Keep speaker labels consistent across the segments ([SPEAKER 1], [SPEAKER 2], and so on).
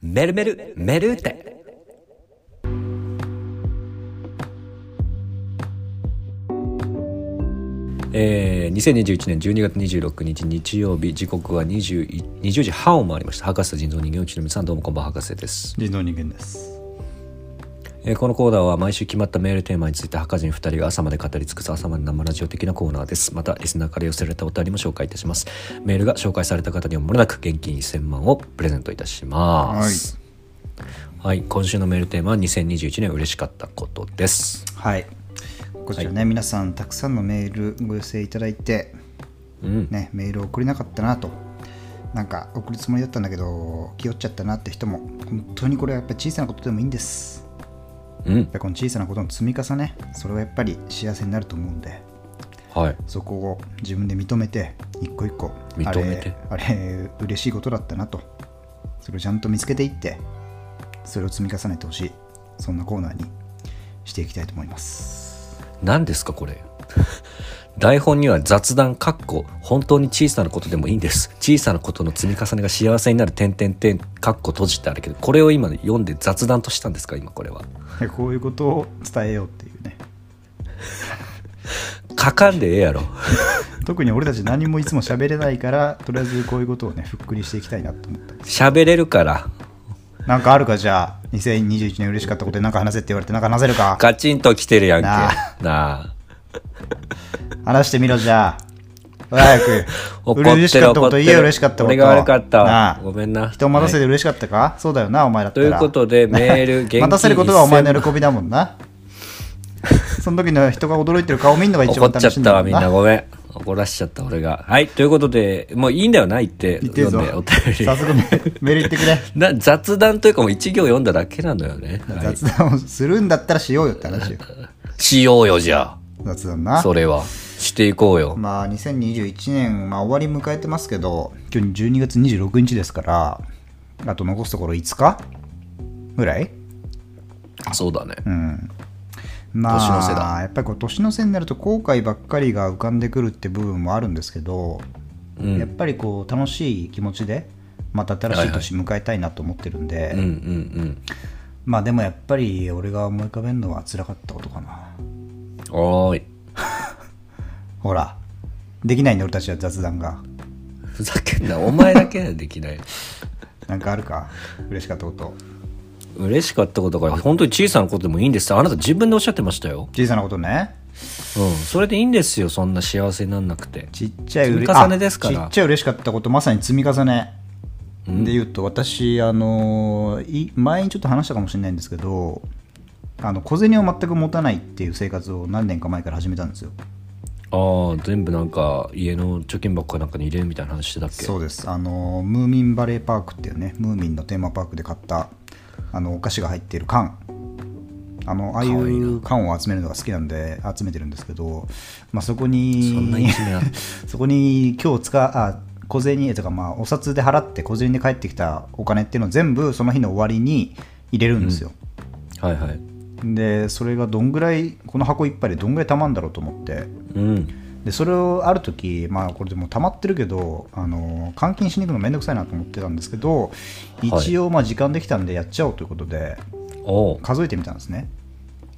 [SPEAKER 1] メルメルメルーテえー、2021年12月26日日曜日時刻は 20, 20時半を回りました博士人造人間内海さんどうもこんばんは博士です、
[SPEAKER 2] 人造人間です
[SPEAKER 1] えーこのコーナーは毎週決まったメールテーマについて博士人2人が朝まで語り尽くす朝まで生ラジオ的なコーナーですまたリスナーから寄せられたお便りも紹介いたしますメールが紹介された方にはもれなく現金1000万をプレゼントいたしますはい、今週のメールテーマは2021年嬉しかったことです。
[SPEAKER 2] はいこちらね、皆さんたくさんのメールご寄せいただいて
[SPEAKER 1] うん、
[SPEAKER 2] ねメールを送れなかったなとなんか送るつもりだったんだけど気負っちゃったなって人も本当にこれはやっぱり小さなことでもいいんです
[SPEAKER 1] うん
[SPEAKER 2] やっ、ぱりこの小さなことの積み重ねそれはやっぱり幸せになると思うんで
[SPEAKER 1] はい、
[SPEAKER 2] そこを自分で認めて一個一個
[SPEAKER 1] 認めて
[SPEAKER 2] あれあれ嬉しいことだったなとそれをちゃんと見つけていってそれを積み重ねてほしいそんなコーナーにしていきたいと思います
[SPEAKER 1] 何ですかこれ。台本には雑談かっこ本当に小さなことでもいいんです小さなことの積み重ねが幸せになる点点点かっこ閉じってあるけどこれを今読んで雑談としたんですか今これは
[SPEAKER 2] こういうことを伝えようっていうね
[SPEAKER 1] 書かんでええやろ
[SPEAKER 2] 特に俺たち何もいつも喋れないからとりあえずこういうことをねふっくりしていきたいなと思った
[SPEAKER 1] 喋れるから
[SPEAKER 2] なんかあるかじゃあ2021年嬉しかったことで何か話せって言われて何か話せるか
[SPEAKER 1] ガチンと来てるやんけ
[SPEAKER 2] な
[SPEAKER 1] なあ
[SPEAKER 2] 話してみろじゃあ早く
[SPEAKER 1] 怒ってる
[SPEAKER 2] 嬉しかっ
[SPEAKER 1] 怒
[SPEAKER 2] たこ
[SPEAKER 1] って
[SPEAKER 2] と
[SPEAKER 1] る
[SPEAKER 2] 言えよ嬉しかったこと
[SPEAKER 1] 俺が悪かったわ
[SPEAKER 2] なあ
[SPEAKER 1] ごめんな
[SPEAKER 2] 人を待たせて嬉しかったか、そうだよ なお前だったら
[SPEAKER 1] ということでメール現金
[SPEAKER 2] 待たせることがお前
[SPEAKER 1] 1000
[SPEAKER 2] の喜びだもんな その時の人が驚いてる顔見るのが一
[SPEAKER 1] 怒っ
[SPEAKER 2] 番
[SPEAKER 1] ちゃ
[SPEAKER 2] 楽
[SPEAKER 1] っ
[SPEAKER 2] しいん
[SPEAKER 1] たわ
[SPEAKER 2] だも
[SPEAKER 1] み
[SPEAKER 2] ん
[SPEAKER 1] ん
[SPEAKER 2] な
[SPEAKER 1] なごめん怒らしちゃった俺がはいということでもういいんだよな言って
[SPEAKER 2] 言ってる
[SPEAKER 1] 読んで
[SPEAKER 2] ぞ
[SPEAKER 1] お便り
[SPEAKER 2] 早速メメール言ってくれ
[SPEAKER 1] な雑談というかもう一行読んだだけなのよね、はい、
[SPEAKER 2] 雑談をするんだったらしようよって 話よ
[SPEAKER 1] しようよじゃ
[SPEAKER 2] 雑
[SPEAKER 1] あ
[SPEAKER 2] 談な
[SPEAKER 1] それはしていこうよ
[SPEAKER 2] まあ2021年、まあ、終わり迎えてますけど今日12月26日ですからあと残すところ5日ぐらい
[SPEAKER 1] そうだね
[SPEAKER 2] うんまあ、
[SPEAKER 1] 年の瀬だ
[SPEAKER 2] やっぱりこう年の瀬になると後悔ばっかりが浮かんでくるって部分もあるんですけど、
[SPEAKER 1] うん
[SPEAKER 2] やっぱりこう楽しい気持ちでまた新しい年迎えたいなと思ってるんで、
[SPEAKER 1] うんうんうん
[SPEAKER 2] まあでもやっぱり俺が思い浮かべるのは辛かったことかな
[SPEAKER 1] おーい
[SPEAKER 2] ほらできないんで俺たちは雑談が
[SPEAKER 1] ふざけんなお前だけはできない
[SPEAKER 2] なんかあるか嬉しかったこと
[SPEAKER 1] 嬉しかったことが本当に小さなことでもいいんですあなた自分でおっしゃってましたよ
[SPEAKER 2] 小さなことね
[SPEAKER 1] うんそれでいいんですよそんな幸せになんなくて
[SPEAKER 2] ちっちゃいうれ
[SPEAKER 1] 積み重ねですから
[SPEAKER 2] あちっちゃい嬉しかったことまさに積み重ねで言うと、私あのい前にちょっと話したかもしれないんですけどあの小銭を全く持たないっていう生活を何年か前から始めたんですよ
[SPEAKER 1] ああ全部なんか家の貯金箱かなんかに入れるみたいな話してたっけ
[SPEAKER 2] そうですあのムーミンバレーパークっていうねムーミンのテーマパークで買ったあのお菓子が入っている缶あのああい
[SPEAKER 1] かわいいう
[SPEAKER 2] 缶を集めるのが好きなんで集めてるんですけど、まあ、そこに
[SPEAKER 1] そんな一面あっ
[SPEAKER 2] そこに今日使あ小銭とかまあお札で払って小銭で帰ってきたお金っていうのを全部その日の終わりに入れるんですよ、
[SPEAKER 1] はいはい
[SPEAKER 2] でそれがどんぐらいこの箱いっぱいでどんぐらいたまんだろうと思って
[SPEAKER 1] うん
[SPEAKER 2] でそれをある時まあこれでもう溜まってるけどあの換金しに行くのめんどくさいなと思ってたんですけ
[SPEAKER 1] は
[SPEAKER 2] ど
[SPEAKER 1] い
[SPEAKER 2] 一応まあ時間できたんでやっちゃおうということで
[SPEAKER 1] おう
[SPEAKER 2] 数えてみたんですね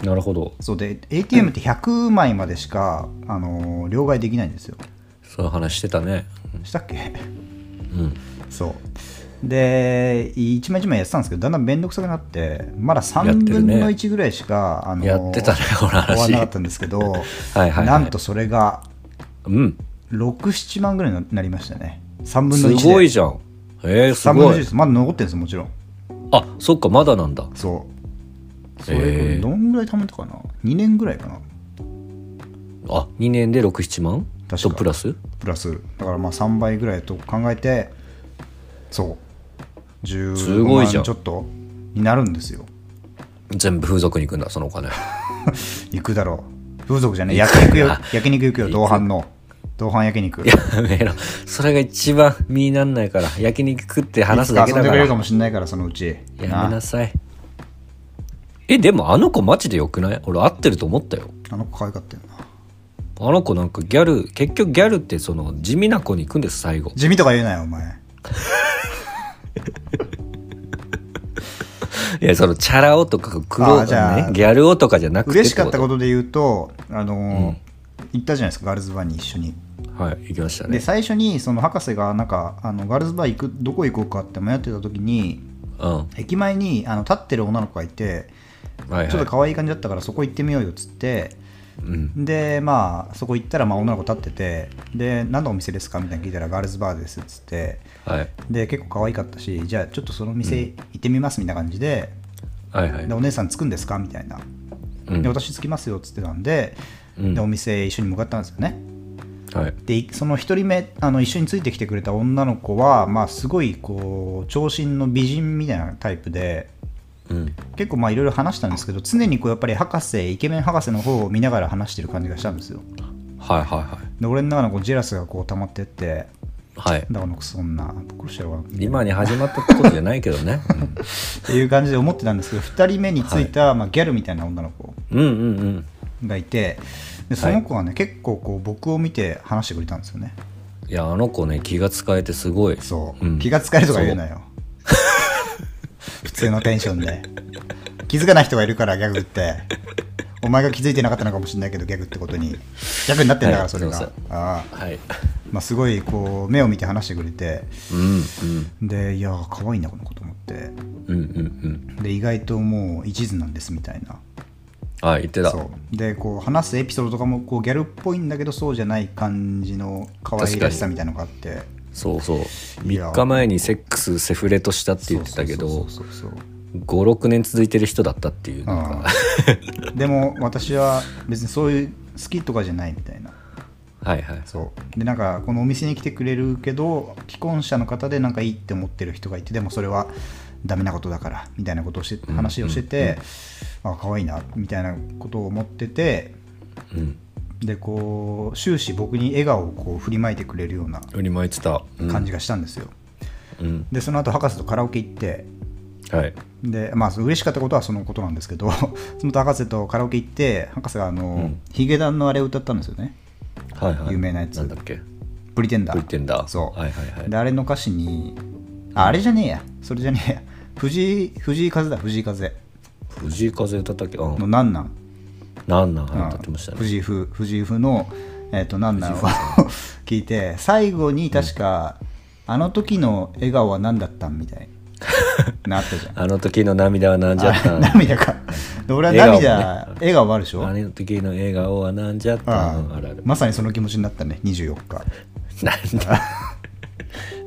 [SPEAKER 1] なるほど
[SPEAKER 2] そうで ATM って100枚までしかあの両替できないんですよ
[SPEAKER 1] そういう話してたね
[SPEAKER 2] したっけ
[SPEAKER 1] うん
[SPEAKER 2] そうで1枚1枚やってたんですけどだんだんめんどくさくなってまだ
[SPEAKER 1] やって
[SPEAKER 2] 3
[SPEAKER 1] る
[SPEAKER 2] 分
[SPEAKER 1] ね
[SPEAKER 2] の1ぐらいしかあの
[SPEAKER 1] やってたねこの話
[SPEAKER 2] 終わらなかったんですけ
[SPEAKER 1] い
[SPEAKER 2] ど
[SPEAKER 1] はい
[SPEAKER 2] なんとそれが
[SPEAKER 1] うん
[SPEAKER 2] 67万ぐらいになりましたね3分の1
[SPEAKER 1] す
[SPEAKER 2] で
[SPEAKER 1] ごいじゃんえー、す
[SPEAKER 2] 3分の
[SPEAKER 1] ご
[SPEAKER 2] 1
[SPEAKER 1] い
[SPEAKER 2] ですまだ残ってるんですよもちろん
[SPEAKER 1] あそっかまだなんだ
[SPEAKER 2] そうそ
[SPEAKER 1] へ
[SPEAKER 2] れ
[SPEAKER 1] ー
[SPEAKER 2] どんぐらい貯めたかな2年ぐらいかな
[SPEAKER 1] あ2年で67万
[SPEAKER 2] 確
[SPEAKER 1] と
[SPEAKER 2] か
[SPEAKER 1] プラス
[SPEAKER 2] プラスだからまあ3倍ぐらいと考えてそう
[SPEAKER 1] す
[SPEAKER 2] 15
[SPEAKER 1] ごい
[SPEAKER 2] 万
[SPEAKER 1] じ
[SPEAKER 2] ち
[SPEAKER 1] ゃ
[SPEAKER 2] ょ
[SPEAKER 1] ん
[SPEAKER 2] っとになるんですよ
[SPEAKER 1] 全部風俗に行くんだそのお金
[SPEAKER 2] 行くだろう風俗じゃねえ焼肉よ焼肉行くよ同伴の同伴焼肉
[SPEAKER 1] やめろそれが一番身になんないから焼肉食って話すだけ
[SPEAKER 2] いつか
[SPEAKER 1] だか
[SPEAKER 2] 遊んでく
[SPEAKER 1] ら
[SPEAKER 2] れる
[SPEAKER 1] や
[SPEAKER 2] かもしれないからそのうち
[SPEAKER 1] めなさいえでもあの子マジでよくない俺合ってると思ったよ
[SPEAKER 2] あの子可愛かったよな
[SPEAKER 1] あの子なんかギャル結局ギャルってその地味な子に行くんです最後
[SPEAKER 2] 地味とか言うなよお前
[SPEAKER 1] いや、その、チャラ男とか、黒、
[SPEAKER 2] あじゃあ
[SPEAKER 1] ね、ギャル男とかじゃなくて。
[SPEAKER 2] 嬉しかったこととで言うとあの、行ったじゃないですかガールズバーに一緒に
[SPEAKER 1] はい、行きました
[SPEAKER 2] で
[SPEAKER 1] ね。
[SPEAKER 2] 最初にその博士がなんかあのガールズバー行くどこ行こうかって迷ってた時に
[SPEAKER 1] うん。は
[SPEAKER 2] 駅前にあの立ってる女の子がいて
[SPEAKER 1] いはい。
[SPEAKER 2] ちょっと可愛い感じだったからそこ行ってみようよっつって
[SPEAKER 1] うん。
[SPEAKER 2] でまあそこ行ったらまあ女の子立っててで何のお店ですかみたいに聞いたらガールズバーですっつって
[SPEAKER 1] はい。
[SPEAKER 2] で結構可愛かったしじゃあちょっとその店行ってみますみたいな感じで,、
[SPEAKER 1] はいはい
[SPEAKER 2] で。お姉さん着くんですかみたいな
[SPEAKER 1] うん
[SPEAKER 2] で私着きますよっつってたんで,、
[SPEAKER 1] うん
[SPEAKER 2] でお店一緒に向かったんですよね
[SPEAKER 1] はい。
[SPEAKER 2] でいその1人目あの一緒についてきてくれた女の子は、まあ、すごいこう長身の美人みたいなタイプで
[SPEAKER 1] うん。
[SPEAKER 2] 結構まあいろいろ話したんですけど常にこうやっぱり博士イケメン博士の方を見ながら話してる感じがしたんですよ
[SPEAKER 1] はいはい
[SPEAKER 2] で俺の中のこうジェラスがこう溜まってって
[SPEAKER 1] はい。はい。
[SPEAKER 2] だからそんなぶっ殺しちゃうわ
[SPEAKER 1] 今に始まったことじゃないけど ね。
[SPEAKER 2] っていう感じで思ってたんですけど2人目についた、まあ、ギャルみたいな女の子
[SPEAKER 1] うんうんうんうん。
[SPEAKER 2] がいてでその子がね、結構こう僕を見て話してくれたんですよね
[SPEAKER 1] いや、あの子ね、気が使えてすごい。
[SPEAKER 2] そう、
[SPEAKER 1] うん
[SPEAKER 2] 気が使えるとか言うなよ普通のテンションで気づかない人がいるからギャグってお前が気づいてなかったのかもしれないけどギャグってことにギャグになってんだか
[SPEAKER 1] は
[SPEAKER 2] ら
[SPEAKER 1] い
[SPEAKER 2] それが、
[SPEAKER 1] すいませ
[SPEAKER 2] ああ
[SPEAKER 1] はい。
[SPEAKER 2] まあ、すごいこう目を見て話してくれて
[SPEAKER 1] うん
[SPEAKER 2] でいやー可愛いなこの子と思って
[SPEAKER 1] うん。うんうん
[SPEAKER 2] で意外ともう一途なんですみたいな
[SPEAKER 1] うん。はい、言ってた。
[SPEAKER 2] そうでこう話すエピソードとかもこうギャルっぽいんだけどそうじゃない感じの可愛らしさみたいなのがあって
[SPEAKER 1] そうそう。
[SPEAKER 2] いや
[SPEAKER 1] 3日前にセックス、セフレとしたって言ってたけど
[SPEAKER 2] そう、そうそうそうそう
[SPEAKER 1] 5、6年続いてる人だったっていう。なんか
[SPEAKER 2] うんでも私は別にそういう好きとかじゃないみたいな
[SPEAKER 1] はいはい。
[SPEAKER 2] そうでなんかこのお店に来てくれるけど既婚者の方でなんかいいって思ってる人がいてでもそれはダメなことだからみたいなことをし話をしてて、あ可愛いなみたいなことを思ってて
[SPEAKER 1] うん。
[SPEAKER 2] でこう終始僕に笑顔をこう振りまいてくれるような
[SPEAKER 1] 売り巻いてた。うん
[SPEAKER 2] 感じがしたんですよ、
[SPEAKER 1] うん。
[SPEAKER 2] でその後博士とカラオケ行って
[SPEAKER 1] はい。
[SPEAKER 2] でまあ嬉しかったことはそのことなんですけど その後博士とカラオケ行って博士があの、
[SPEAKER 1] ん
[SPEAKER 2] ヒゲダンのあれを歌ったんですよね
[SPEAKER 1] はいはい。
[SPEAKER 2] 有名なやつ
[SPEAKER 1] なんだっけ
[SPEAKER 2] 「プリテンダー」
[SPEAKER 1] プリテンダー
[SPEAKER 2] そう、
[SPEAKER 1] はいはいはい
[SPEAKER 2] であれの歌詞にああれじゃねえやそれじゃねえや藤井藤井風だ藤井風
[SPEAKER 1] 藤井風歌ったっけうん
[SPEAKER 2] の「なんなん」
[SPEAKER 1] なんなん
[SPEAKER 2] うん
[SPEAKER 1] 歌ってましたね。
[SPEAKER 2] 藤井風藤井風の「えっとなんなん」を聞いて最後に確か、あの時の笑顔は何だったん?」みたいななあったじゃん
[SPEAKER 1] あの時の涙はなん じゃったん
[SPEAKER 2] 涙かで俺は涙
[SPEAKER 1] 笑
[SPEAKER 2] 笑顔,、もあるでしょ
[SPEAKER 1] あの時の笑顔はなんじゃった
[SPEAKER 2] あ
[SPEAKER 1] んあらあら
[SPEAKER 2] まさにその気持ちになったね24日
[SPEAKER 1] なんだ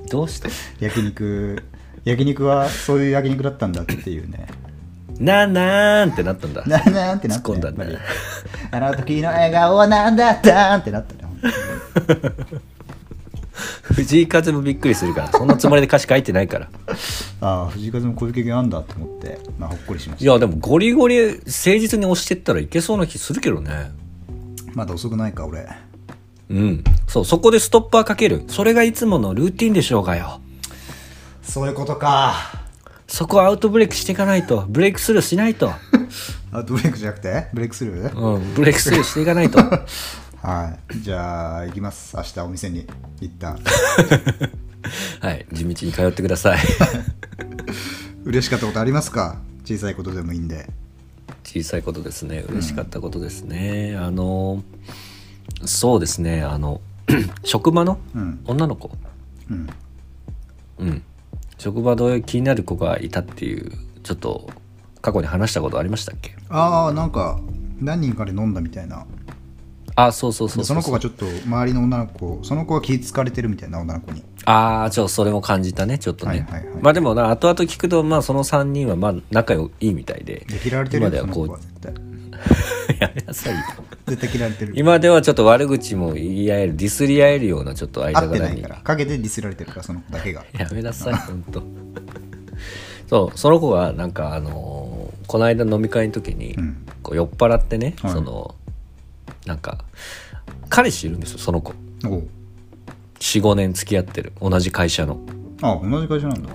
[SPEAKER 1] どうして
[SPEAKER 2] 焼肉 焼肉はそういう焼肉だったんだっていうね
[SPEAKER 1] なんなんってなったんだ。
[SPEAKER 2] ななんてなった
[SPEAKER 1] 突っ込んだんだ
[SPEAKER 2] やっぱりあの時の笑顔はなんだったんってなったね本当に
[SPEAKER 1] 藤井風もびっくりするから、そんなつもりで歌詞書いてない から。
[SPEAKER 2] ああ藤井風もこういう経験あんだと思って、まあ、ほっこりしま
[SPEAKER 1] い
[SPEAKER 2] し
[SPEAKER 1] や、でもゴリゴリ誠実に押してったらいけそうな気するけどね。
[SPEAKER 2] たまだ遅くないか俺
[SPEAKER 1] うん。そう、そこでストッパーかける。それがいつものルーティンでしょうがよ。
[SPEAKER 2] そういうことか
[SPEAKER 1] そこはアウトブレイクしていかないと。ブレイクスルーしないと。
[SPEAKER 2] あとブレイクじゃなくてブレイクスルー
[SPEAKER 1] うん。ブレイクスルーしていかないと。
[SPEAKER 2] はいじゃあ行きます明日お店に一旦
[SPEAKER 1] はい。地道に通ってください。
[SPEAKER 2] 嬉しかったことありますか小さいことでもいいんで
[SPEAKER 1] 小さいことですね嬉しかったことですね、あのそうですねあの 職場の
[SPEAKER 2] うん
[SPEAKER 1] 女の子
[SPEAKER 2] うん
[SPEAKER 1] うん職場で気になる子がいたっていうちょっと過去に話したことありましたっけ
[SPEAKER 2] ああなんか何人かで飲んだみたいな
[SPEAKER 1] あそうそうそう
[SPEAKER 2] で
[SPEAKER 1] そ
[SPEAKER 2] そうの子がちょっと周りの女の子その子が気ぃつかれてるみたいな女の子に
[SPEAKER 1] ああちょそれも感じたねちょっとね、
[SPEAKER 2] はいはいはい
[SPEAKER 1] まあでもな後々聞くとまあその3人はまあ仲良いみたいで
[SPEAKER 2] で嫌われてる
[SPEAKER 1] 今
[SPEAKER 2] よ
[SPEAKER 1] では
[SPEAKER 2] その子
[SPEAKER 1] こ
[SPEAKER 2] は絶対
[SPEAKER 1] う やめなさいよ
[SPEAKER 2] 絶対嫌われてる
[SPEAKER 1] 今ではちょっと悪口も言い合えるディスり合えるようなちょっと間
[SPEAKER 2] 会って
[SPEAKER 1] 柄
[SPEAKER 2] ない
[SPEAKER 1] に
[SPEAKER 2] から陰でディスられてるからその子だけが
[SPEAKER 1] やめなさい、本当。そう、その子がなんかあのーこの間飲み会の時に、
[SPEAKER 2] ん
[SPEAKER 1] こう酔っ払ってね、
[SPEAKER 2] はい
[SPEAKER 1] そのなんか彼氏いるんですよ、その子。
[SPEAKER 2] おう
[SPEAKER 1] 45年付き合ってる同じ会社の
[SPEAKER 2] あ同じ会社なんだ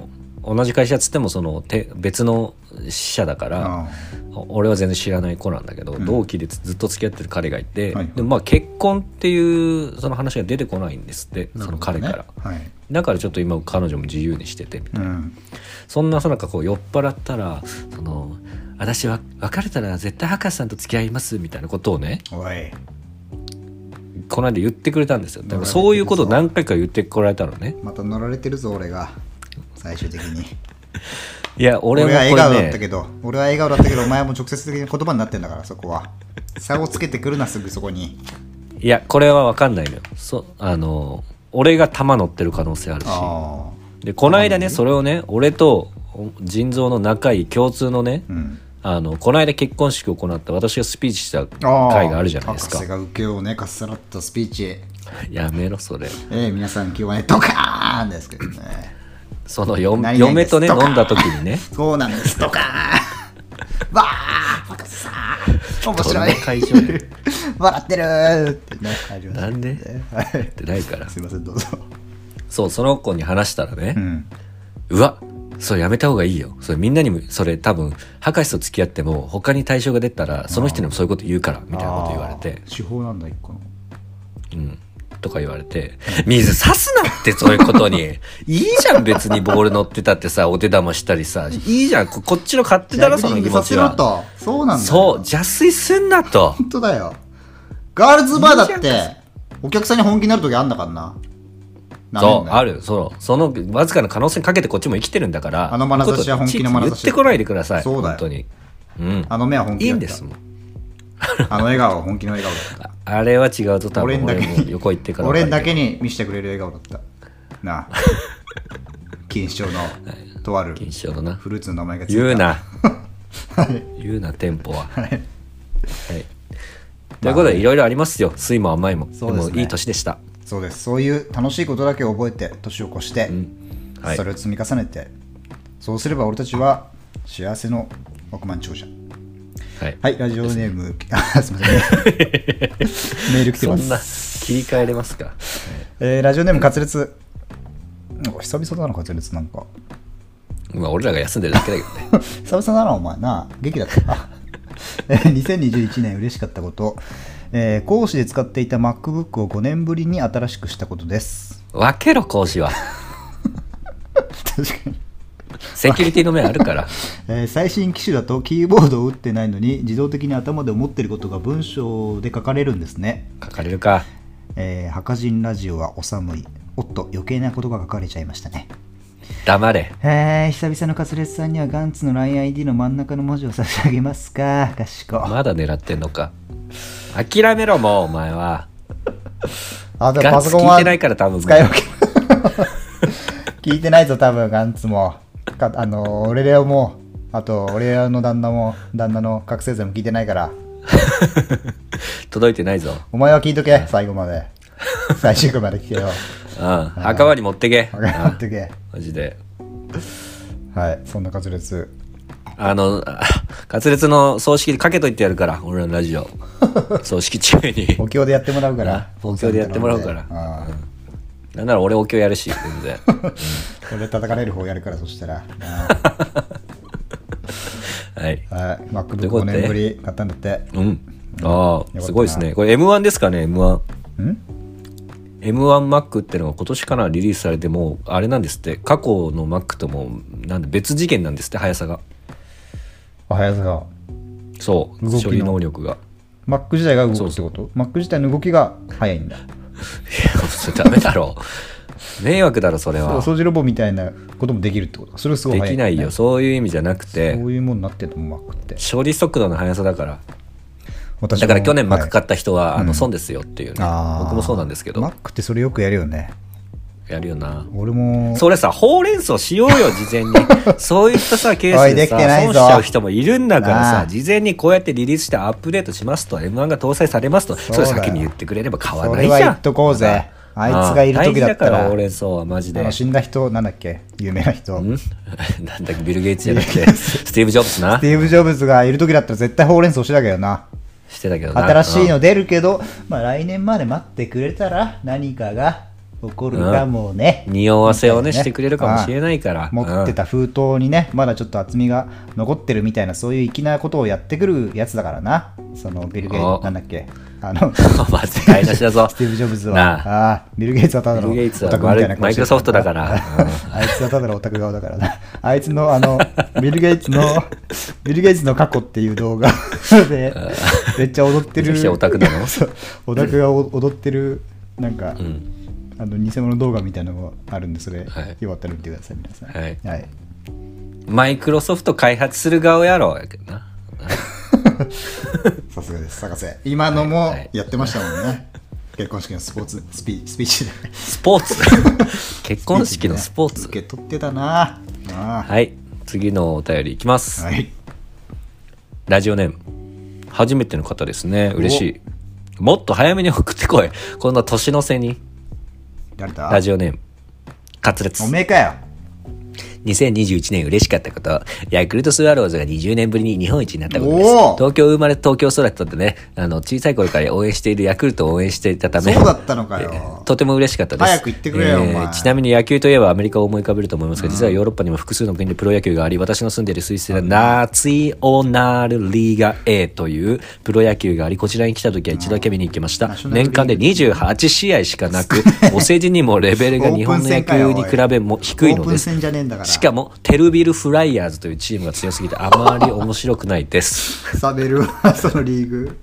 [SPEAKER 1] 同じ会社っつってもそのて別の支社だから
[SPEAKER 2] あ
[SPEAKER 1] 俺は全然知らない子なんだけど、
[SPEAKER 2] うん
[SPEAKER 1] 同期でずずっと付き合ってる彼がいて、
[SPEAKER 2] はいはい
[SPEAKER 1] でもまあ結婚っていうその話が出てこないんですって、
[SPEAKER 2] あ
[SPEAKER 1] その彼か
[SPEAKER 2] な
[SPEAKER 1] ら
[SPEAKER 2] る。ほどねはい
[SPEAKER 1] だからちょっと今彼女も自由にしててみたいな
[SPEAKER 2] うん、
[SPEAKER 1] そんなさなんかこう酔っ払ったらその私は別れたら絶対博士さんと付き合いますみたいなことをね
[SPEAKER 2] おい
[SPEAKER 1] この間言ってくれたんですよだから
[SPEAKER 2] なるほど
[SPEAKER 1] そういうことを何回か言ってこられたのね
[SPEAKER 2] また乗られてるぞ俺が最終的に
[SPEAKER 1] いや俺
[SPEAKER 2] 俺
[SPEAKER 1] も
[SPEAKER 2] は笑
[SPEAKER 1] こ
[SPEAKER 2] 顔
[SPEAKER 1] れ
[SPEAKER 2] だった
[SPEAKER 1] ね
[SPEAKER 2] けど俺は笑顔だったけどお前はもう直接的に言葉になってんだからそこは差をつけてくるなすぐそこに
[SPEAKER 1] いやこれは分かんないのよそあの俺が球乗ってる可能性あるし
[SPEAKER 2] あ
[SPEAKER 1] でこの間ねそれをね俺とお腎臓の仲いい共通のね
[SPEAKER 2] あうん
[SPEAKER 1] あのこの間結婚式を行った私がスピーチした
[SPEAKER 2] あ
[SPEAKER 1] 回があるじゃないですか
[SPEAKER 2] 博士が受けをねかっさらったスピーチえ
[SPEAKER 1] やめろそれ
[SPEAKER 2] え皆さん今日はねドカーンですけどね
[SPEAKER 1] そのよ
[SPEAKER 2] 何々で
[SPEAKER 1] 嫁
[SPEAKER 2] す
[SPEAKER 1] とね
[SPEAKER 2] とか
[SPEAKER 1] 飲んだ時に ね
[SPEAKER 2] そうなんですド カーンわあ博士さん面白い
[SPEAKER 1] どんな会場で
[SPEAKER 2] 笑ってるーってね入りました
[SPEAKER 1] なんで
[SPEAKER 2] はい
[SPEAKER 1] ってないから
[SPEAKER 2] すいませんどうぞ
[SPEAKER 1] そうその子に話したら
[SPEAKER 2] う
[SPEAKER 1] ね、
[SPEAKER 2] ん
[SPEAKER 1] うわそれやめた方がいいよそれみんなにもそれ多分博士と付き合っても他に対象が出たらその人にもそういうこと言うからみたいなこと言われて
[SPEAKER 2] あー手法なんだ一個の
[SPEAKER 1] うんとか言われて水さすなってそういうことに いいじゃん別にボール乗ってたってさお手玉したりさいいじゃんここっちの勝手だろ
[SPEAKER 2] ジャ
[SPEAKER 1] そ
[SPEAKER 2] グ
[SPEAKER 1] の
[SPEAKER 2] リン
[SPEAKER 1] 気
[SPEAKER 2] グ
[SPEAKER 1] 持
[SPEAKER 2] さ
[SPEAKER 1] ち
[SPEAKER 2] せろ
[SPEAKER 1] は
[SPEAKER 2] とそうなんだよ
[SPEAKER 1] そう邪推すんなと
[SPEAKER 2] 本当だよガールズバーだ
[SPEAKER 1] いい
[SPEAKER 2] っ
[SPEAKER 1] じゃ
[SPEAKER 2] てお客さんに本気になる時あんだからな なめん
[SPEAKER 1] そう
[SPEAKER 2] なよ
[SPEAKER 1] あるそうそのわずかな可能性にかけてこっちも生きてるんだから
[SPEAKER 2] あの眼差しは本気の眼差し
[SPEAKER 1] 言ってこないでください
[SPEAKER 2] そうだ
[SPEAKER 1] 本
[SPEAKER 2] よ
[SPEAKER 1] 当にうん
[SPEAKER 2] あの目は本気
[SPEAKER 1] いい
[SPEAKER 2] だ
[SPEAKER 1] ん
[SPEAKER 2] っ
[SPEAKER 1] です
[SPEAKER 2] た
[SPEAKER 1] もん
[SPEAKER 2] あの笑顔は本気の笑顔だった
[SPEAKER 1] あれは違うと多
[SPEAKER 2] 俺
[SPEAKER 1] 分
[SPEAKER 2] んだ
[SPEAKER 1] 俺
[SPEAKER 2] け
[SPEAKER 1] も
[SPEAKER 2] に
[SPEAKER 1] 横行ってから
[SPEAKER 2] 俺んだ
[SPEAKER 1] 分かる
[SPEAKER 2] けに見せてくれる笑顔だった なあ錦糸町のとある
[SPEAKER 1] けど一緒だな
[SPEAKER 2] フルーツの名前がついた
[SPEAKER 1] 言うな
[SPEAKER 2] はい
[SPEAKER 1] 言うな店舗ははいということでいろいろありますよ酸いも甘いも
[SPEAKER 2] そうですね
[SPEAKER 1] もいい年でした
[SPEAKER 2] そうですそういう楽しいことだけ覚えて年を越して、
[SPEAKER 1] はい
[SPEAKER 2] それを積み重ねてそうすれば俺たちは幸せの億万長者
[SPEAKER 1] はい
[SPEAKER 2] はい、ラジオネーム、 あすみ ません、メール来て
[SPEAKER 1] そ
[SPEAKER 2] ま
[SPEAKER 1] んな
[SPEAKER 2] す。
[SPEAKER 1] 切り替えれますか
[SPEAKER 2] えーラジオネーム、滑裂。なんか久々だな、滑裂なんか。
[SPEAKER 1] まあ俺らが休んでるだけだけど ね
[SPEAKER 2] 久々だな、お前な。劇だった な。えー2021年嬉しかったこと、えー講師で使っていた MacBook を5年ぶりに新しくしたことです。
[SPEAKER 1] 分けろ講師は
[SPEAKER 2] 確かに。
[SPEAKER 1] セキュリティの面あるから
[SPEAKER 2] えー最新機種だとキーボードを打ってないのに自動的に頭で思ってることが文章で書かれるんですね。
[SPEAKER 1] 書かれるか
[SPEAKER 2] えー、白人ラジオはお寒い。おっと、余計なことが書かれちゃいましたね。
[SPEAKER 1] 黙れ
[SPEAKER 2] えー、久々のカツレツさんにはガンツの LINEID の真ん中の文字を差し上げますか、かしこ。
[SPEAKER 1] まだ狙ってんのか諦めろもうお前は
[SPEAKER 2] あ、
[SPEAKER 1] ガンツ聞いてないから多分
[SPEAKER 2] 使い分け。聞いてないぞ、多分ガンツも。かあの、俺らも、あと、俺らの旦那も、旦那の覚醒剤も聞いてないから、
[SPEAKER 1] 届いてないぞ
[SPEAKER 2] お前は聞いとけ、最後まで。最終回まで聞けよ。
[SPEAKER 1] うん墓場に持ってけ
[SPEAKER 2] 分かってけ。
[SPEAKER 1] うんマジで
[SPEAKER 2] はい、そんなカツレツ。
[SPEAKER 1] あの、 あ滑舌の葬式でかけといてやるから、俺らのラジ オ。葬式中に。
[SPEAKER 2] お経でやってもらうから。
[SPEAKER 1] お経でやってもらうから
[SPEAKER 2] あー
[SPEAKER 1] なんなら俺お経やるし、全 然。
[SPEAKER 2] 俺叩かれる方やるから、そし たら。あー
[SPEAKER 1] はい。
[SPEAKER 2] はい、
[SPEAKER 1] という
[SPEAKER 2] MacBook
[SPEAKER 1] こ
[SPEAKER 2] 5
[SPEAKER 1] とで
[SPEAKER 2] 年ぶり買ったんだって。
[SPEAKER 1] うん。あ
[SPEAKER 2] た
[SPEAKER 1] あ、
[SPEAKER 2] な
[SPEAKER 1] すごいですね。これ M1 ですかね、M1。
[SPEAKER 2] ん
[SPEAKER 1] M1Mac ってのが今年かなリリースされてもうあれなんですって過去の Mac ともなんで別次元なんですって速さが
[SPEAKER 2] おはようございま
[SPEAKER 1] そう
[SPEAKER 2] 動き
[SPEAKER 1] 処
[SPEAKER 2] の
[SPEAKER 1] 理能力が
[SPEAKER 2] Mac 自体が動
[SPEAKER 1] そ
[SPEAKER 2] く
[SPEAKER 1] う
[SPEAKER 2] ってこと ?Mac 自体の動きが速いんだ。
[SPEAKER 1] いやそれダメだろ 迷惑だろそれ
[SPEAKER 2] お
[SPEAKER 1] は
[SPEAKER 2] 掃除ロボみたいなこともできるってことそれすご
[SPEAKER 1] で
[SPEAKER 2] い速
[SPEAKER 1] き
[SPEAKER 2] いんだ
[SPEAKER 1] な
[SPEAKER 2] ね、
[SPEAKER 1] いよそういう意味じゃなくて
[SPEAKER 2] そういうものになってると思う、Mac って。
[SPEAKER 1] 処理速度の速さだから
[SPEAKER 2] 私
[SPEAKER 1] だ
[SPEAKER 2] も
[SPEAKER 1] から去年
[SPEAKER 2] はい
[SPEAKER 1] Mac 買った人は、あ
[SPEAKER 2] う
[SPEAKER 1] の
[SPEAKER 2] ん
[SPEAKER 1] 損ですよっていうね、
[SPEAKER 2] あー
[SPEAKER 1] 僕もそうなんですけど、
[SPEAKER 2] Mac ってそれよくやるよね。
[SPEAKER 1] やるよな
[SPEAKER 2] 俺も、
[SPEAKER 1] それさほうれん草しようよ 事前にそういったさケ
[SPEAKER 2] お
[SPEAKER 1] ース
[SPEAKER 2] い
[SPEAKER 1] で
[SPEAKER 2] でき
[SPEAKER 1] さ
[SPEAKER 2] てないぞ
[SPEAKER 1] 損しちゃう人もいるんだから
[SPEAKER 2] な
[SPEAKER 1] さ
[SPEAKER 2] あ
[SPEAKER 1] 事前にこうやってリリースしてアップデートしますと M1 が搭載されますとそ
[SPEAKER 2] そう
[SPEAKER 1] れ
[SPEAKER 2] だよ
[SPEAKER 1] 先に言ってくれれば買わ
[SPEAKER 2] そ
[SPEAKER 1] ない
[SPEAKER 2] れ
[SPEAKER 1] じ
[SPEAKER 2] は
[SPEAKER 1] ゃ
[SPEAKER 2] 言
[SPEAKER 1] ん
[SPEAKER 2] っとこうぜ。あいつがいる時だった、
[SPEAKER 1] あー大事だかららほうれん草はマジ
[SPEAKER 2] あ
[SPEAKER 1] で
[SPEAKER 2] の死んだ人、なんだっけ有名な人。
[SPEAKER 1] ん なんだっけビル・ゲイツじゃなくてスティーブ・ジョブズな
[SPEAKER 2] スティーブ・ジョブズがいる時だったら絶対ほうれん草してたけどな。
[SPEAKER 1] してたけどな
[SPEAKER 2] 新しい
[SPEAKER 1] うん
[SPEAKER 2] の出るけど、まあ来年まで待ってくれたら何かが怒るかもね、
[SPEAKER 1] 匂わせをね
[SPEAKER 2] みたいな
[SPEAKER 1] してくれるかもしれないから
[SPEAKER 2] 持ってた封筒にねまだちょっと厚みが残ってるみたいなそういう粋なことをやってくるやつだからなそのビル・ゲイ
[SPEAKER 1] お
[SPEAKER 2] なんだっけあ の
[SPEAKER 1] 間違いなしだぞ
[SPEAKER 2] スティーブ・ジョブズ
[SPEAKER 1] な
[SPEAKER 2] はああビル・ゲイツはただの
[SPEAKER 1] ビルゲイツは
[SPEAKER 2] オタクみたいな顔してる
[SPEAKER 1] マイクロソフトだからう
[SPEAKER 2] あいつはただのオタク顔だからなあいつの あのビル・ゲイツのビル・ゲイツの過去っていう動画 でめっちゃ踊って
[SPEAKER 1] めちゃくち
[SPEAKER 2] る
[SPEAKER 1] ゃオタクなの
[SPEAKER 2] そうオタクがお踊ってるなんか、
[SPEAKER 1] うん
[SPEAKER 2] あの偽物動画みたいなのがあるんでそれ、
[SPEAKER 1] はい
[SPEAKER 2] よかったら見てください皆さん
[SPEAKER 1] はい
[SPEAKER 2] はい、
[SPEAKER 1] マイクロソフト開発する側やろやけどな
[SPEAKER 2] さすがです博士今のも
[SPEAKER 1] はい
[SPEAKER 2] やってましたもんね、結婚式のスポーツスピスピーチで
[SPEAKER 1] スポー ツ結婚式のスポーツ
[SPEAKER 2] 受け取ってたなあ
[SPEAKER 1] はい次のお便りいきます、
[SPEAKER 2] あはい
[SPEAKER 1] ラジオネーム初めての方ですね嬉しいもっと早めに送ってこいこんな年の瀬に
[SPEAKER 2] 誰だ
[SPEAKER 1] ラジオネームカツレツ
[SPEAKER 2] おめえかよ
[SPEAKER 1] 2021年嬉しかったこと、ヤクルトスワローズが20年ぶりに日本一になったことです。
[SPEAKER 2] おー
[SPEAKER 1] 東京生まれ東京育ったってね、あの、小さい頃から応援しているヤクルトを応援していたため、
[SPEAKER 2] そうだったのかよ
[SPEAKER 1] えーとても嬉しかったです。
[SPEAKER 2] 早く言ってくれよお前
[SPEAKER 1] ちなみに野球といえばアメリカを思い浮かべると思いますが、実はヨーロッパにも複数の国でプロ野球があり、私の住んでいるスイスではナツィオナルリーガ A というプロ野球があり、こちらに来た時は一度だけ見に行きました
[SPEAKER 2] ナシ。ョナルリー
[SPEAKER 1] 年
[SPEAKER 2] グ
[SPEAKER 1] 間で28試合しかな く、お世辞にもレベルが日本の野球に比べも低いの
[SPEAKER 2] オープ
[SPEAKER 1] で
[SPEAKER 2] ン
[SPEAKER 1] す。
[SPEAKER 2] 戦じゃねえんだから
[SPEAKER 1] しかもテルビル・フライヤーズというチームが強すぎてあまり面白くないです、
[SPEAKER 2] サベ ルはそのリーグ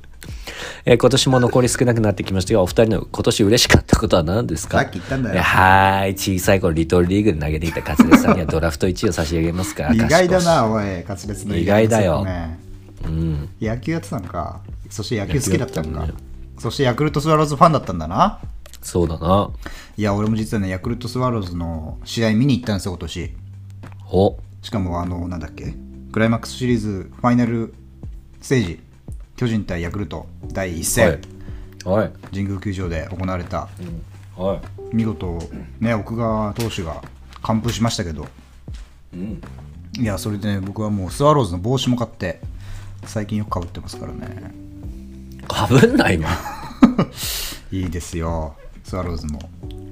[SPEAKER 1] えー今年も残り少なくなってきましたがお二人の今年嬉しかったことは何ですか
[SPEAKER 2] さっき言ったんだよ
[SPEAKER 1] えーはーい小さい頃リトルリーグで投げていた勝ツさんに はドラフト1位を差し上げますから
[SPEAKER 2] 意外だ
[SPEAKER 1] 勝ち
[SPEAKER 2] なおいカツレツの
[SPEAKER 1] 意外だよ
[SPEAKER 2] ね
[SPEAKER 1] 越しうん
[SPEAKER 2] 野球やってたのかそして野球好きだったのかそしてヤクルトスワローズファンだったんだな
[SPEAKER 1] そうだない
[SPEAKER 2] や俺も実はねヤクルトスワローズの試合見に行ったんですよ今年
[SPEAKER 1] お
[SPEAKER 2] しかもあのなんだっけクライマックスシリーズファイナルステージ巨人対ヤクルト第1戦、
[SPEAKER 1] おい
[SPEAKER 2] 神宮球場で行われた
[SPEAKER 1] おい
[SPEAKER 2] 見事ね奥川投手が完封しましたけど
[SPEAKER 1] うん
[SPEAKER 2] いやそれでね僕はもうスワローズの帽子も買って最近よくかぶってますからね
[SPEAKER 1] かぶんな今
[SPEAKER 2] いいですよスワローズも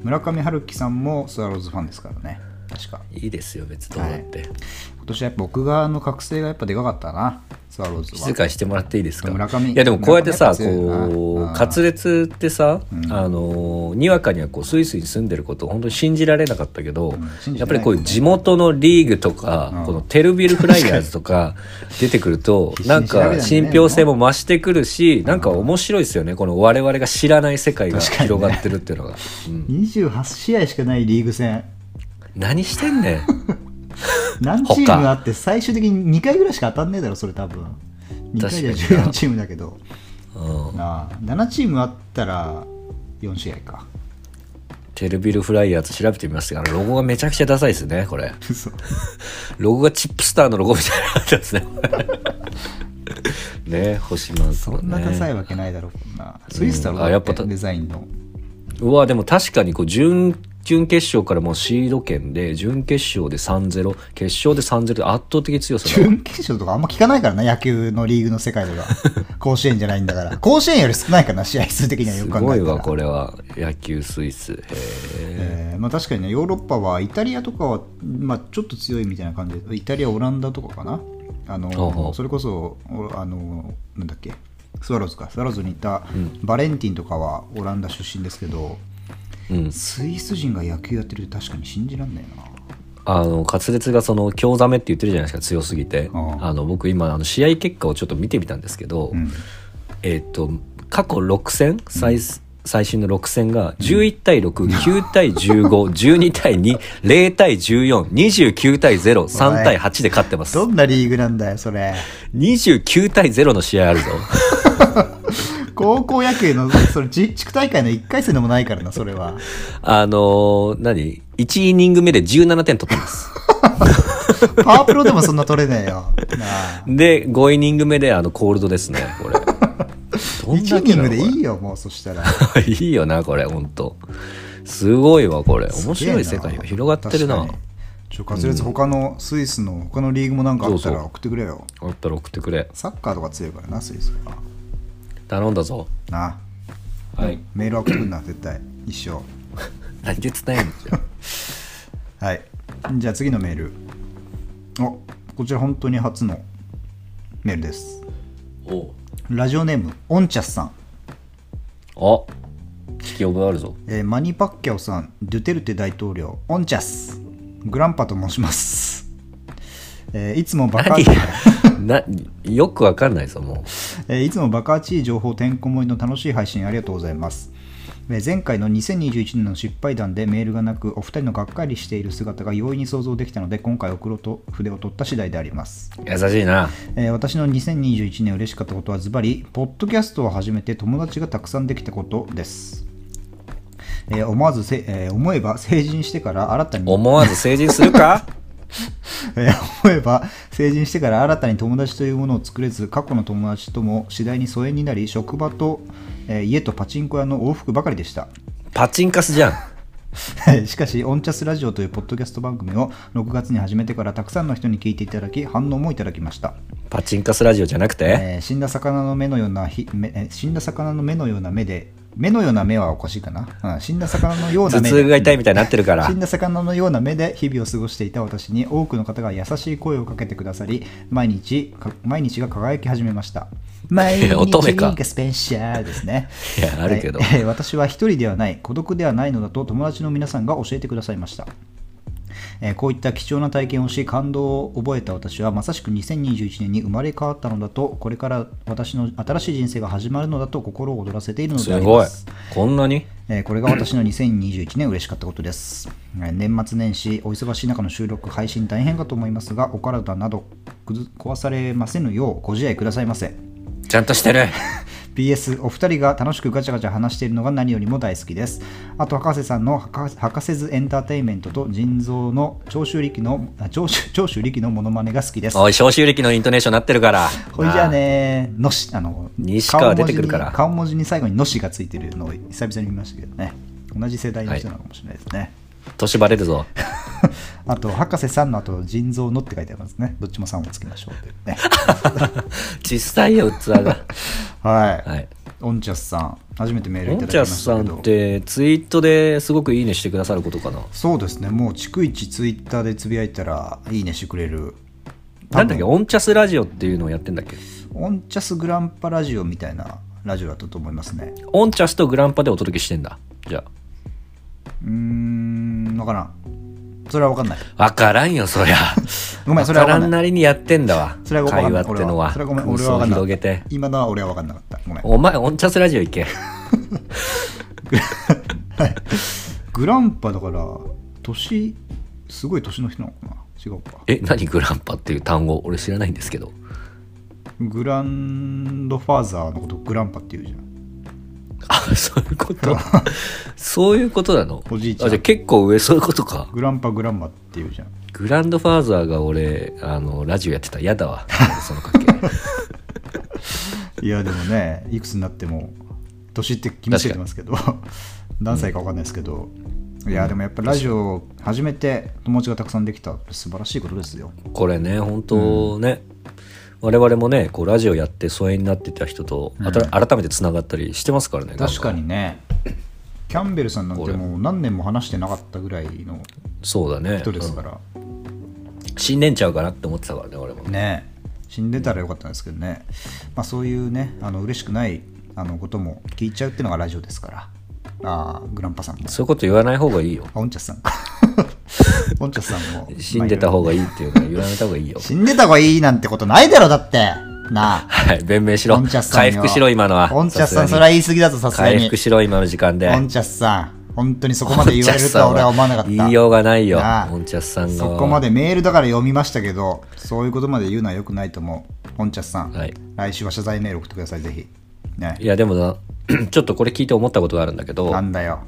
[SPEAKER 2] 村上春樹さんもスワローズファンですからね確か
[SPEAKER 1] いいですよ別にどうだって、
[SPEAKER 2] 今年はやっぱ奥川の覚醒がやっぱでかかったなスワローズは
[SPEAKER 1] 静かにしてもらっていいですか
[SPEAKER 2] 村上
[SPEAKER 1] いやでもこうやってさ
[SPEAKER 2] 村上やっぱ強いな
[SPEAKER 1] こ
[SPEAKER 2] う
[SPEAKER 1] うん滑裂ってさ、あのーにわかにはこうスイスに住んでることを本当に信じられなかったけど、
[SPEAKER 2] 信じてない
[SPEAKER 1] やっぱりこういう地元のリーグとか、このテルビルフライヤーズとか 出てくると
[SPEAKER 2] 必死
[SPEAKER 1] な
[SPEAKER 2] に
[SPEAKER 1] ん
[SPEAKER 2] 調べたんだね
[SPEAKER 1] か信憑性も増してくるしなんか面白いですよねこの我々が知らない世界が広がってるっていうのが、うん
[SPEAKER 2] 28試合しかないリーグ戦
[SPEAKER 1] 何してん ねん
[SPEAKER 2] 何チームあって最終的に2回ぐらいしか当たんねえだろそれ多分2回で
[SPEAKER 1] 確かにな
[SPEAKER 2] 14チームだけど
[SPEAKER 1] うん
[SPEAKER 2] なあ7チームあったら4試合か
[SPEAKER 1] テルビルフライヤーズ調べてみましたがロゴがめちゃくちゃダサいですねこれ
[SPEAKER 2] 嘘
[SPEAKER 1] ロゴがチップスターのロゴみたいになってますね。 ね星マンさん、ね。
[SPEAKER 2] そんなダサいわけないだろこんなスイスだろ
[SPEAKER 1] うんあやっぱ
[SPEAKER 2] だてデザインの
[SPEAKER 1] うわ、でも確かにこう、準、準決勝からもうシード権で、準決勝で3-0、決勝で3-0で圧倒的強さだ。
[SPEAKER 2] 準決勝とかあんま聞かないからな野球のリーグの世界では甲子園じゃないんだから甲子園より少ないからな試合数的にはよ
[SPEAKER 1] す
[SPEAKER 2] く考
[SPEAKER 1] ご
[SPEAKER 2] え
[SPEAKER 1] い
[SPEAKER 2] た
[SPEAKER 1] わ、
[SPEAKER 2] ら
[SPEAKER 1] これは。野球スイス。へえ
[SPEAKER 2] えーまあ、確かにねヨーロッパはイタリアとかは、まあ、ちょっと強いみたいな感じでイタリアオランダとかかなあの
[SPEAKER 1] ほうほう
[SPEAKER 2] それこそおあのなんだっけスワローズかスワローズにいたバレンティンとかはオランダ出身ですけど、
[SPEAKER 1] うん。
[SPEAKER 2] スイス人が野球やってるって確かに信じらんないな
[SPEAKER 1] あの、滑舌がその、強ざめって言ってるじゃないですか、強すぎて。
[SPEAKER 2] ああ
[SPEAKER 1] あの、僕今、あの、試合結果をちょっと見てみたんですけど、
[SPEAKER 2] うん
[SPEAKER 1] えっ、と、過去6戦、最最新の6戦が11対6、9対15、12対2、0対14、29対0、3対8で勝ってます
[SPEAKER 2] ど。んなリーグなんだよそれ
[SPEAKER 1] 29対0の試合ある ぞ。
[SPEAKER 2] 高校野球のそれ地地区大会の1回戦でもないからなそれは
[SPEAKER 1] あのー何 ?1 イニング目で17点取ってます。
[SPEAKER 2] パワープロでもそんな取れねえよなあ
[SPEAKER 1] で、5イニング目であのコールドですね、こ れ。どん
[SPEAKER 2] 1
[SPEAKER 1] だ
[SPEAKER 2] イ
[SPEAKER 1] け
[SPEAKER 2] ニ
[SPEAKER 1] な
[SPEAKER 2] ン
[SPEAKER 1] の
[SPEAKER 2] グでいいよもうそしたら
[SPEAKER 1] これ いいよな、これ、ほんと。すごいわ、これ。面白い世界が広がってるな
[SPEAKER 2] 確か。にちょ、カツレツ他のスイスの他のリーグもなんかあった
[SPEAKER 1] そう
[SPEAKER 2] ら
[SPEAKER 1] そう
[SPEAKER 2] 送ってくれよ。
[SPEAKER 1] あったら送ってくれ。
[SPEAKER 2] サッカーとか強いからな、スイスは。
[SPEAKER 1] 頼んだぞ。
[SPEAKER 2] なあ、
[SPEAKER 1] はい。
[SPEAKER 2] メールは送るな、絶対。一生。
[SPEAKER 1] 何で伝えんのじゃ
[SPEAKER 2] はいじゃあ次のメールおこちら本当に初のメールです
[SPEAKER 1] あお
[SPEAKER 2] ラジオネームオンチャスさん、
[SPEAKER 1] おあ聞き覚えあるぞ
[SPEAKER 2] えーマニパッキャオさんドゥテルテ大統領オンチャスグランパと申します、えーいつもバカ
[SPEAKER 1] 何 なよくわかんないぞも
[SPEAKER 2] えーいつもバカチい情報てんこ盛りの楽しい配信ありがとうございます。えー前回の2021年の失敗談でメールがなくお二人のがっかりしている姿が容易に想像できたので今回送ろうと筆を取った次第であります、
[SPEAKER 1] う優しいな
[SPEAKER 2] えー私の2021年嬉しかったことはズバリポッドキャストを始めて友達がたくさんできたことです、えー思わずせ、えー思えば成人してから新たに
[SPEAKER 1] 思わず成人する か
[SPEAKER 2] えー 思えば成人してから新たに友達というものを作れず過去の友達とも次第に疎遠になり職場と、えー家とパチンコ屋の往復ばかりでした
[SPEAKER 1] パチンカスじゃん
[SPEAKER 2] はいしかし「オンチャスラジオ」というポッドキャスト番組を6月に始めてからたくさんの人に聞いていただき反応もいただきました、
[SPEAKER 1] パチンカスラジオじゃなくて
[SPEAKER 2] えー死んだ魚の目のようなひ目えー死んだ魚の目のような目で目のような目はおかしいかな、うん、死んだ魚のような
[SPEAKER 1] 頭
[SPEAKER 2] 目
[SPEAKER 1] 痛が痛いみたいになってるから
[SPEAKER 2] 死んだ魚のような目で日々を過ごしていた私に多くの方が優しい声をかけてくださり毎日か毎日が輝き始め ました毎日
[SPEAKER 1] 乙女か
[SPEAKER 2] がスペシャルですね
[SPEAKER 1] いや あるけど
[SPEAKER 2] はいえー私は一人ではない孤独ではないのだと友達の皆さんが教えてくださいましたえーこういった貴重な体験をし感動を覚えた私はまさしく2021年に生まれ変わったのだとこれから私の新しい人生が始まるのだと心を躍らせているのですあり
[SPEAKER 1] ご
[SPEAKER 2] ま
[SPEAKER 1] い
[SPEAKER 2] す
[SPEAKER 1] こんなに
[SPEAKER 2] えーこれが私の2021年嬉しかったことです。えー年末年始、お忙しい中の収録、配信大変かと思いますが、お体など崩壊されませぬようご自愛くださいませ。
[SPEAKER 1] ちゃんとしてる
[SPEAKER 2] PS、お二人が楽しくガチャガチャ話しているのが何よりも大好きです。あと、博士さんの博博士図エンターテインメントと腎臓の長州力の、あ長州長州力のモノマネが好きです。
[SPEAKER 1] おい召集力のイントネーションなってるから
[SPEAKER 2] ほいじゃあねー、のし、あの、
[SPEAKER 1] 西川出てくるから
[SPEAKER 2] 顔文字に顔文字に最後にのしがついてるのを久々に見ましたけどね。同じ世代の人なのかもしれないですね。
[SPEAKER 1] なあ年バレるぞ
[SPEAKER 2] あと、博士さんの後、腎臓のって書いてありますね。どっちも3をつけましょうというね。
[SPEAKER 1] 小さいよ器 が
[SPEAKER 2] はい。
[SPEAKER 1] はい
[SPEAKER 2] オンチャスさん、初めてメール
[SPEAKER 1] お
[SPEAKER 2] いた
[SPEAKER 1] んち
[SPEAKER 2] だき
[SPEAKER 1] ゃ
[SPEAKER 2] ま
[SPEAKER 1] ん
[SPEAKER 2] し
[SPEAKER 1] さ
[SPEAKER 2] たけ
[SPEAKER 1] んっ
[SPEAKER 2] ど。
[SPEAKER 1] てツイートですごくいいねしてくださることかな
[SPEAKER 2] そうですね、もう逐一ツイッターでつぶやいたら、いいねしてくれる。
[SPEAKER 1] なんだっけオンチャスラジオっていうのをやってんだっけ
[SPEAKER 2] オンチャスグランパラジオみたいなラジオだったと思いますね。
[SPEAKER 1] オンチャスとグランパでお届けしてんだじゃ
[SPEAKER 2] うーん、わからん。それはわかんない。
[SPEAKER 1] あ分からんよそりゃ
[SPEAKER 2] ごめんそれは
[SPEAKER 1] 分
[SPEAKER 2] わ
[SPEAKER 1] か
[SPEAKER 2] からん
[SPEAKER 1] ん
[SPEAKER 2] な
[SPEAKER 1] な
[SPEAKER 2] い。
[SPEAKER 1] りにやってんだわ
[SPEAKER 2] それはわかん
[SPEAKER 1] 会
[SPEAKER 2] な
[SPEAKER 1] 話
[SPEAKER 2] い。
[SPEAKER 1] ってのは
[SPEAKER 2] それはごめん、
[SPEAKER 1] 空
[SPEAKER 2] 俺は
[SPEAKER 1] 想
[SPEAKER 2] わ
[SPEAKER 1] を
[SPEAKER 2] かんなか
[SPEAKER 1] 広
[SPEAKER 2] っ
[SPEAKER 1] げ
[SPEAKER 2] た
[SPEAKER 1] て。
[SPEAKER 2] 今のは俺はわかんなかった。ごめん。
[SPEAKER 1] お前オンチャスラジオ行け
[SPEAKER 2] グランパだから年すごい年の人なのかな違うか
[SPEAKER 1] え何グランパっていう単語俺知らないんですけど
[SPEAKER 2] グランドファーザーのことグランパって言うじゃん
[SPEAKER 1] あそういうこと そういうことなの
[SPEAKER 2] おじいちゃん
[SPEAKER 1] あじゃあ結構上そういうことか
[SPEAKER 2] グランパグランマって言うじゃん
[SPEAKER 1] グランドファーザーが俺あのラジオやってたやだ わその関係
[SPEAKER 2] いやでもね いくつになっても年って決めつけてますけど 何歳か分かんないですけど、いやでもやっぱラジオを始めて友達がたくさんできたって素晴らしいことですよ
[SPEAKER 1] これね本当ね、我々もねこうラジオやって疎遠になってた人と、あた改めてつながったりしてますからね
[SPEAKER 2] 確か
[SPEAKER 1] に
[SPEAKER 2] にねキャンベルさんなんてもう何年も話してなかったぐらいの
[SPEAKER 1] そうだね
[SPEAKER 2] 人ですから
[SPEAKER 1] うん死んでんちゃうかなって思ってたからね俺も
[SPEAKER 2] ね死んでたらよかったんですけどね、まあ、そういうねあの嬉しくないあのことも聞いちゃうっていうのがラジオですからあーグランパさんも
[SPEAKER 1] そういうこと言わない方がいいよ
[SPEAKER 2] あオンチャスさんか オンチャスさんも
[SPEAKER 1] 死んでた
[SPEAKER 2] まあいろ
[SPEAKER 1] 方が
[SPEAKER 2] い
[SPEAKER 1] いいっていうのは言わない方がいいよ
[SPEAKER 2] ろ死んでた方がいいなんてことないだろだってなあ
[SPEAKER 1] はい弁明し
[SPEAKER 2] オ
[SPEAKER 1] ろ
[SPEAKER 2] ンチャスさん
[SPEAKER 1] 回
[SPEAKER 2] よ
[SPEAKER 1] 復しろ今のは
[SPEAKER 2] オンチャスさ
[SPEAKER 1] さ
[SPEAKER 2] ん
[SPEAKER 1] す
[SPEAKER 2] そ
[SPEAKER 1] がに
[SPEAKER 2] れは言い過ぎだぞさすが
[SPEAKER 1] 回
[SPEAKER 2] に
[SPEAKER 1] 復しろ今の時間で
[SPEAKER 2] オンチャスさん本当にそこまで言われるとは俺は思わなかった
[SPEAKER 1] オンチャスさんは言いようがないよ
[SPEAKER 2] なあ
[SPEAKER 1] オンチャスさんが
[SPEAKER 2] そこまでメールだから読みましたけどそういうことまで言うのはよくないと思うオンチャスさん、
[SPEAKER 1] はい
[SPEAKER 2] 来週は謝罪メール送ってくださいぜひね
[SPEAKER 1] いやでもな ちょっとこれ聞いて思ったことがあるんだけど
[SPEAKER 2] なんだよ。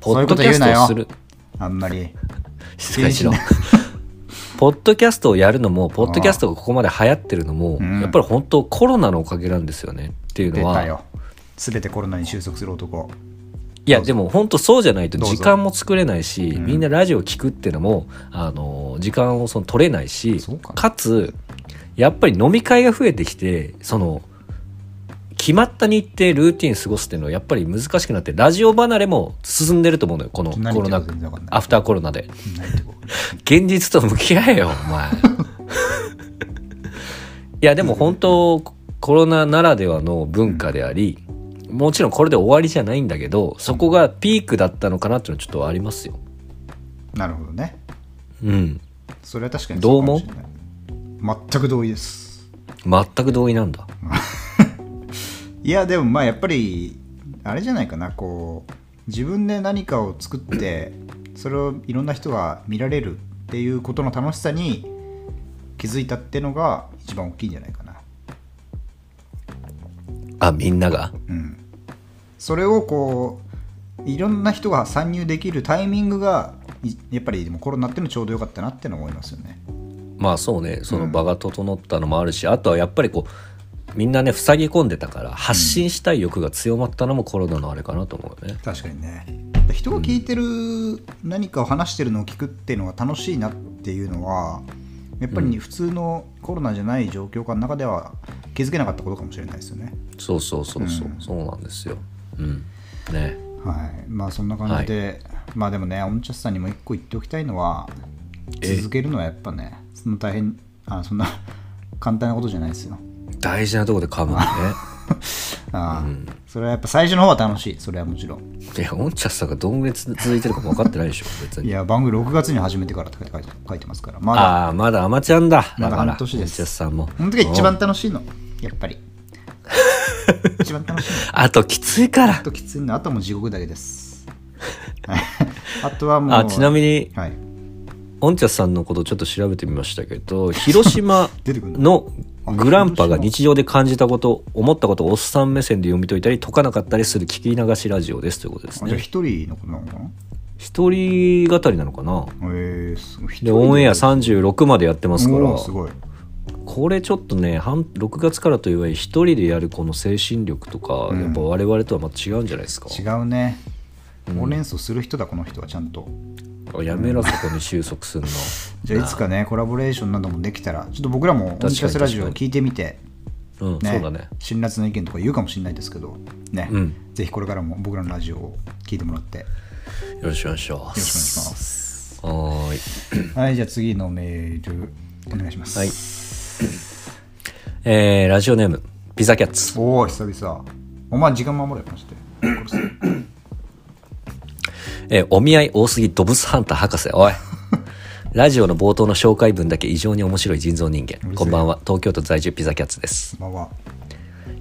[SPEAKER 1] ポ
[SPEAKER 2] そう
[SPEAKER 1] ッ
[SPEAKER 2] いう
[SPEAKER 1] ド
[SPEAKER 2] こ
[SPEAKER 1] キャ
[SPEAKER 2] と言う
[SPEAKER 1] ス
[SPEAKER 2] な
[SPEAKER 1] トを
[SPEAKER 2] よ
[SPEAKER 1] する。
[SPEAKER 2] あんまり。
[SPEAKER 1] 静かにしろ
[SPEAKER 2] 禁
[SPEAKER 1] ポッドキャストをやるのもポッドキャストがここまで流行ってるのも
[SPEAKER 2] ん
[SPEAKER 1] やっぱり本当コロナのおかげなんですよねっていう
[SPEAKER 2] 出
[SPEAKER 1] の
[SPEAKER 2] た
[SPEAKER 1] は
[SPEAKER 2] よ。すべてコロナに収束する男。
[SPEAKER 1] いやでも本当そうじゃないと
[SPEAKER 2] どうぞ
[SPEAKER 1] 時間も作れないしみんなラジオ聞くっていうのもあの時間をその取れないし
[SPEAKER 2] そうか
[SPEAKER 1] かつやっぱり飲み会が増えてきてその聞決まった日程ルーティン過ごすっていうのはやっぱり難しくなってラジオ離れも進んでると思うのよこのコ
[SPEAKER 2] 何言っ
[SPEAKER 1] ロナ
[SPEAKER 2] てるか全然わかんない
[SPEAKER 1] アフターコロナで
[SPEAKER 2] ないってこと
[SPEAKER 1] 現実と向き合えよお 前いやでも本当コロナならではの文化であり、もちろんこれで終わりじゃないんだけどそこがピークだったのかなっていうのはちょっとありますよ
[SPEAKER 2] なるほどね
[SPEAKER 1] うん
[SPEAKER 2] それは確かに
[SPEAKER 1] どう思う
[SPEAKER 2] そかもしれない全く同意です
[SPEAKER 1] 全く同意なんだ
[SPEAKER 2] いやでもまあやっぱりあれじゃないかなこう自分で何かを作ってそれをいろんな人が見られるっていうことの楽しさに気づいたってのが一番大きいんじゃないかな
[SPEAKER 1] あみんなが
[SPEAKER 2] うんそれをこういろんな人が参入できるタイミングがいやっぱりでもコロナっていうのちょうどよかったなってのは思いますよね
[SPEAKER 1] まあそうねその場が整ったのもあるし、あとはやっぱりこうみんなね塞ぎ込んでたから発信したい欲が強まったのもコロナのあれかなと思うよね
[SPEAKER 2] 確かにね人が聞いてる何かを話してるのを聞くっていうのが楽しいなっていうのはやっぱり普通のコロナじゃない状況下の中では気づけなかったことかもしれないですよね
[SPEAKER 1] そうそうそうそう、そうなんですようんね
[SPEAKER 2] はいまあそんな感じで、まあでもねオンチャスさんにも一個言っておきたいのは
[SPEAKER 1] え
[SPEAKER 2] 続けるのはやっぱねその大変あそんな 簡単なことじゃないですよ
[SPEAKER 1] 大事なとこで噛 むのね
[SPEAKER 2] ああ、それはやっぱ最初の方は楽しいそれはもちろん
[SPEAKER 1] いやオンチャスさんがどんぐらい続いてるかも分かって ないでしょ別
[SPEAKER 2] い
[SPEAKER 1] に
[SPEAKER 2] や番組6月に始めてからって書いて書いてますからまだ
[SPEAKER 1] ああまだアマちゃんだだ
[SPEAKER 2] まだ
[SPEAKER 1] から
[SPEAKER 2] 半年で
[SPEAKER 1] オ
[SPEAKER 2] す
[SPEAKER 1] ンチャスさんも
[SPEAKER 2] この時が一番楽しいのやっぱり 一番楽しいの
[SPEAKER 1] あときついか
[SPEAKER 2] あ
[SPEAKER 1] ら
[SPEAKER 2] ときついのあとはもう地獄だけです あとはもう
[SPEAKER 1] あちなみに
[SPEAKER 2] はい、
[SPEAKER 1] オンチャスさんのことちょっと調べてみましたけ ど広島
[SPEAKER 2] 出てくるの
[SPEAKER 1] のグランパが日常で感じたこと思ったことをおっさん目線で読み解いたり解かなかったりする聞き流しラジオですということです
[SPEAKER 2] あじゃあ
[SPEAKER 1] ね
[SPEAKER 2] 一人のことなのかな
[SPEAKER 1] 一人語りなのかな
[SPEAKER 2] えー、すごい一人
[SPEAKER 1] でオンエア36までやってますから
[SPEAKER 2] おーすごい
[SPEAKER 1] これちょっとね半6月からといえ一人でやるこの精神力とか、
[SPEAKER 2] ん
[SPEAKER 1] やっぱ我々とはまた違うんじゃないですか
[SPEAKER 2] 違うねほうれん草する人だこの人はちゃんと
[SPEAKER 1] あやめろそこに収束すんの
[SPEAKER 2] じゃあいつかねコラボレーションなどもできたらちょっと僕ら
[SPEAKER 1] か
[SPEAKER 2] も「オン
[SPEAKER 1] に
[SPEAKER 2] チャスラジオ」聞いてみて
[SPEAKER 1] うん、
[SPEAKER 2] ね
[SPEAKER 1] そうだね
[SPEAKER 2] 辛辣な意見とか言うかもしれないですけどね、
[SPEAKER 1] うん
[SPEAKER 2] ぜひこれからも僕らのラジオを聞いてもらってよ
[SPEAKER 1] よろしくお願いしま
[SPEAKER 2] ろしくお願いし
[SPEAKER 1] す
[SPEAKER 2] ます
[SPEAKER 1] はーい
[SPEAKER 2] はい、じゃあ次のメールお願いします。
[SPEAKER 1] はいえーラジオネームピザキャッツ
[SPEAKER 2] おお、久々。お前時間守れまして。殺す
[SPEAKER 1] えーお見合い多すぎドブスハンター博士 おいラジオの冒頭の紹介文だけ異常に面白い人造人間こんばんは東京都在住ピザキャッツです
[SPEAKER 2] こんばんは。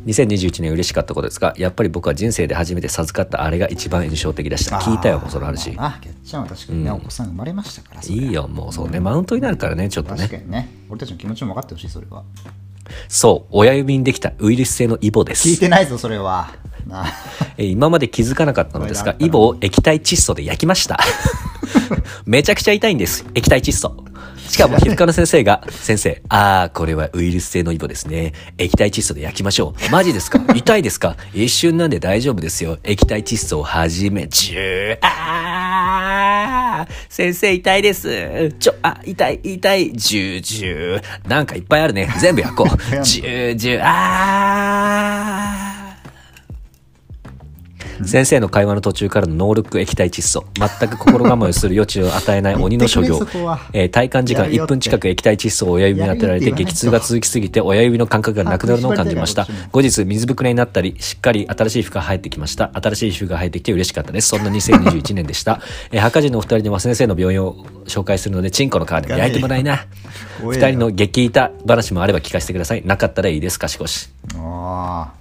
[SPEAKER 1] 2021年嬉しかったことですがやっぱり僕は人生で初めて授かったあれが一番印象的でした聞いたよもうその話
[SPEAKER 2] まあな、キャッチャーは確かにね、お子さん生まれましたから。そ
[SPEAKER 1] い
[SPEAKER 2] れ
[SPEAKER 1] いよもうそうねマウントになるからねちょっと
[SPEAKER 2] 確
[SPEAKER 1] ね
[SPEAKER 2] かにね、俺たちの気持ちも分かってほしい、それは。
[SPEAKER 1] そう親指にできたウイルス性のイボで
[SPEAKER 2] 聞い
[SPEAKER 1] す
[SPEAKER 2] てないぞ、それは。なあ
[SPEAKER 1] えー今まで気づかなかったのですが
[SPEAKER 2] これ
[SPEAKER 1] イ
[SPEAKER 2] なんだ
[SPEAKER 1] ボ
[SPEAKER 2] ろ
[SPEAKER 1] を液体窒素で焼きました めちゃくちゃ痛いんです液体窒素しかも皮膚科の先生 が「先生ああこれはウイルス性のイボですね液体窒素で焼きましょうマジです か痛いですか一瞬なんで大丈夫ですよ液体窒素をはじめジューあー先生痛いですちょあ痛い痛いジュージューなんかいっぱいあるね 全部焼こうジュージューあー先生の会話の途中からのノールック液体窒素全く心構えをする余地を与えない鬼の所業
[SPEAKER 2] 言ってくれそこは、
[SPEAKER 1] えー体感時間
[SPEAKER 2] やるよ
[SPEAKER 1] 1
[SPEAKER 2] って
[SPEAKER 1] 分近く液体窒素を親指に当てられて
[SPEAKER 2] やるよって言わないと
[SPEAKER 1] 激痛が続きすぎて親指の感覚がなくなるのを感じまし
[SPEAKER 2] あ
[SPEAKER 1] た
[SPEAKER 2] こっちも
[SPEAKER 1] 後日水ぶくれになったりしっかり新しい服が入ってきました新しい服が入ってきて嬉しかったですそんな2021年でした えー博士のお二人には先生の病院を紹介するのでチンコの皮でも焼いてもらいな
[SPEAKER 2] 怖えよ
[SPEAKER 1] 二人の激痛話もあれば聞かせてくださいなかったらいいです賢し
[SPEAKER 2] ああ。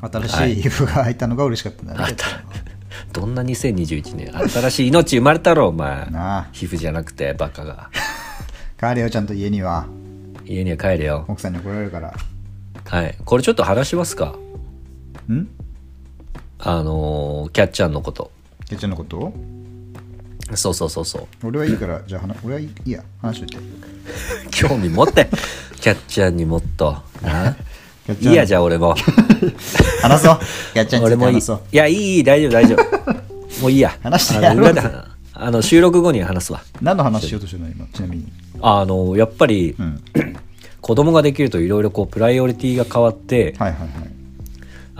[SPEAKER 2] 新しいイブが開いたのが嬉しかったんだね。キャッチャーは
[SPEAKER 1] どんな2021年新しい命生まれたろお前
[SPEAKER 2] なあ
[SPEAKER 1] 皮膚じゃなくてバカが
[SPEAKER 2] 帰れよ、ちゃんと家には。
[SPEAKER 1] 家には帰れよ
[SPEAKER 2] 奥さんに怒られるから。
[SPEAKER 1] はいこれちょっと話しますか
[SPEAKER 2] ん
[SPEAKER 1] あのーキャッチャーのこと
[SPEAKER 2] キャッチャーのこと
[SPEAKER 1] そうそうそうそう
[SPEAKER 2] 俺はいいから、じゃあ話、俺はいいいいや、話しといて。
[SPEAKER 1] 興味持ってキャッチャーにもっとな
[SPEAKER 2] キャッチャー
[SPEAKER 1] いやじゃあ俺も
[SPEAKER 2] 話そう。キャッチャーにつ
[SPEAKER 1] 俺
[SPEAKER 2] いて
[SPEAKER 1] もいい
[SPEAKER 2] 話
[SPEAKER 1] い
[SPEAKER 2] そう。
[SPEAKER 1] やいいいい大丈夫大丈夫もういいや
[SPEAKER 2] 話してやろうぜ
[SPEAKER 1] あの裏であの収録後に話すわ
[SPEAKER 2] 何の話しようとしてるの今ちなみに
[SPEAKER 1] あのやっぱり、
[SPEAKER 2] ん
[SPEAKER 1] 子供ができるといろいろこうプライオリティが変わって、
[SPEAKER 2] はいはいはい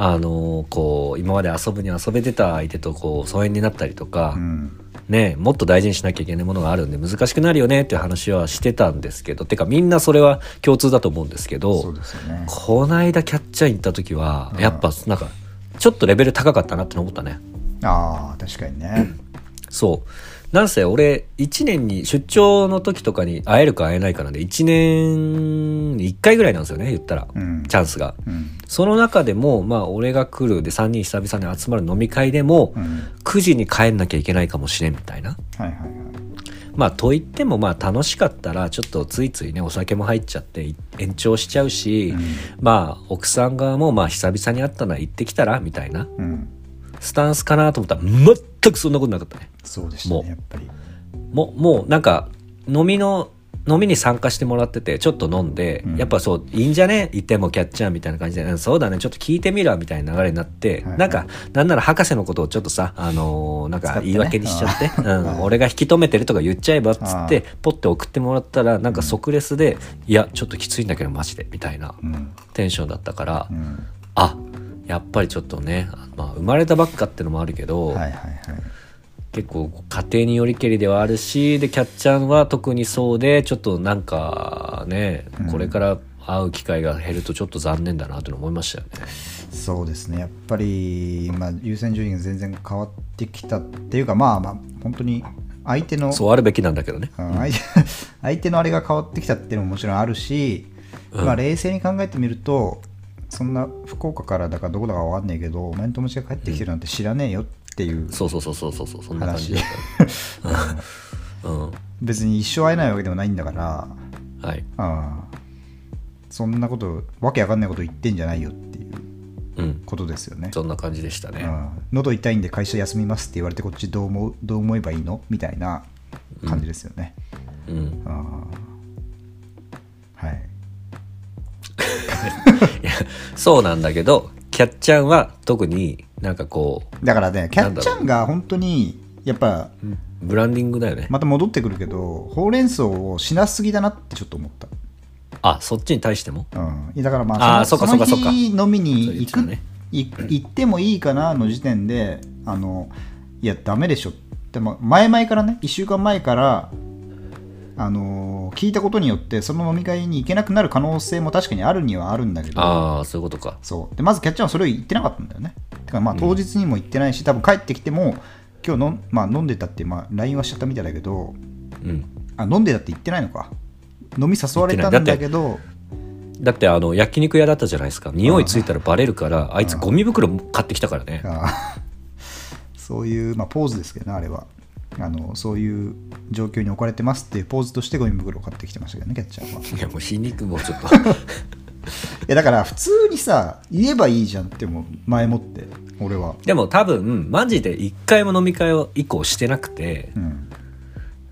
[SPEAKER 1] あのこう今まで遊ぶに遊べてた相手とこう疎遠になったりとか、
[SPEAKER 2] うん
[SPEAKER 1] ね、もっと大事にしなきゃいけないものがあるんで難しくなるよねっていう話はしてたんですけどてかみんなそれは共通だと思うんですけ
[SPEAKER 2] そ
[SPEAKER 1] ど
[SPEAKER 2] うですよね
[SPEAKER 1] こないだキャッチャーに行った時は
[SPEAKER 2] うん
[SPEAKER 1] やっぱなんかちょっとレベル高かったなっての思ったね
[SPEAKER 2] ああ確かにね
[SPEAKER 1] そうなんせ俺1年に出張の時とかに会えるか会えないかなんで1年に1回ぐらいなんですよね言ったら
[SPEAKER 2] うん
[SPEAKER 1] チャンスが
[SPEAKER 2] うん
[SPEAKER 1] その中でもまあ俺が来るで3人久々に集まる飲み会でも
[SPEAKER 2] うん
[SPEAKER 1] 9時に帰んなきゃいけないかもしれんみたいな
[SPEAKER 2] はいはいはい
[SPEAKER 1] まあと言ってもまあ楽しかったらちょっとついついねお酒も入っちゃってい延長しちゃうし、まあ奥さん側もまあ久々に会ったな行ってきたらみたいな
[SPEAKER 2] うん、うん、
[SPEAKER 1] スタンスかなと思ったら全くそんなことなかったね
[SPEAKER 2] そうでした
[SPEAKER 1] もう
[SPEAKER 2] ねやっぱり
[SPEAKER 1] ももうなんか飲みの飲みに参加してもらっててちょっと飲んで、
[SPEAKER 2] うん
[SPEAKER 1] やっぱそういいんじゃね行ってもキャッチャーみたいな感じで、うんそうだねちょっと聞いてみるわみたいな流れになって、
[SPEAKER 2] はいはい
[SPEAKER 1] なんかなんなら博士のことをちょっとさあのーなん
[SPEAKER 2] 使っ
[SPEAKER 1] か
[SPEAKER 2] てね
[SPEAKER 1] 言い訳にしちゃって
[SPEAKER 2] あー
[SPEAKER 1] うん
[SPEAKER 2] はい
[SPEAKER 1] 俺が引き止めてるとか言っちゃえばっつってポッて送ってもらったらなんか即レスで、いやちょっときついんだけどマジでみたいな
[SPEAKER 2] うん
[SPEAKER 1] テンションだったから、
[SPEAKER 2] うん
[SPEAKER 1] あやっぱりちょっとね、まあ、生まれたばっかってのもあるけど、
[SPEAKER 2] はいはいはい
[SPEAKER 1] 結構家庭によりけりではあるしでキャッチャーは特にそうでちょっとなんかね、
[SPEAKER 2] うん
[SPEAKER 1] これから会う機会が減るとちょっと残念だなというの思いましたよね。
[SPEAKER 2] そうですねやっぱり、まあ、優先順位が全然変わってきたっていうかまあまあ本当に相手の
[SPEAKER 1] そうあるべきなんだけどね。
[SPEAKER 2] うん相手 相手のあれが変わってきたっていうのももちろんあるし、まあ、冷静に考えてみるとそんな福岡からだかどこだか分かんないけどお前の友達が帰ってきてるなんて知らねえよっていう
[SPEAKER 1] そうそうそうそうそうそうそんな感じ
[SPEAKER 2] 話、
[SPEAKER 1] だった。 うん、
[SPEAKER 2] 別に一生会えないわけでもないんだから
[SPEAKER 1] はい。
[SPEAKER 2] ああそんなことわけわかんないこと言ってんじゃないよっていう
[SPEAKER 1] うん。
[SPEAKER 2] ことですよね。
[SPEAKER 1] そんな感じでした
[SPEAKER 2] う
[SPEAKER 1] ね。
[SPEAKER 2] ん、喉痛いんで会社休みますって言われてこっちどう思うどう思えばいいのみたいな感じですよね。
[SPEAKER 1] うん。
[SPEAKER 2] ああはい、
[SPEAKER 1] そうなんだけどキャッチャーは特になんかこう
[SPEAKER 2] だからねキャッチ
[SPEAKER 1] なんだ
[SPEAKER 2] ャ
[SPEAKER 1] ろ
[SPEAKER 2] ンが本当にやっぱ
[SPEAKER 1] ブランディングだよね。
[SPEAKER 2] また戻ってくるけどほうれん草をしなすぎだなってちょっと思った。
[SPEAKER 1] あそっちに対しても。
[SPEAKER 2] うん、だからまあ
[SPEAKER 1] あー
[SPEAKER 2] その
[SPEAKER 1] そうかそ
[SPEAKER 2] その
[SPEAKER 1] うかそうか
[SPEAKER 2] 日飲みに行
[SPEAKER 1] そう
[SPEAKER 2] く、
[SPEAKER 1] 言って
[SPEAKER 2] い行ってもいいかなの時点であのいやダメでしょってま前々からね1週間前からあの聞いたことによってその飲み会に行けなくなる可能性も確かにあるにはあるんだけど
[SPEAKER 1] ああそういうことか。
[SPEAKER 2] そうでまずキャッチャーはそれを言ってなかったんだよねてかまあ当日にも行ってないし、多分帰ってきても今日のん、まあ、飲んでたって、まあ、LINE はしちゃったみたいだけど
[SPEAKER 1] うん。
[SPEAKER 2] あ飲んでたって言ってないのか飲み誘われたんだけど
[SPEAKER 1] だってあの焼肉屋だったじゃないですか匂いついたらバレるからあいつゴミ袋買ってきたからね
[SPEAKER 2] あ ーそういう、まあ、ポーズですけどね、あれはあの。そういう状況に置かれてますっていうポーズとしてゴミ袋を買ってきてましたけどね、キャッチャーは。い
[SPEAKER 1] いやもう皮肉もちょっと
[SPEAKER 2] やだから普通にさ、言えばいいじゃんってもう前もって、俺は。
[SPEAKER 1] でも多分マジで一回も飲み会を以降してなくて
[SPEAKER 2] うん、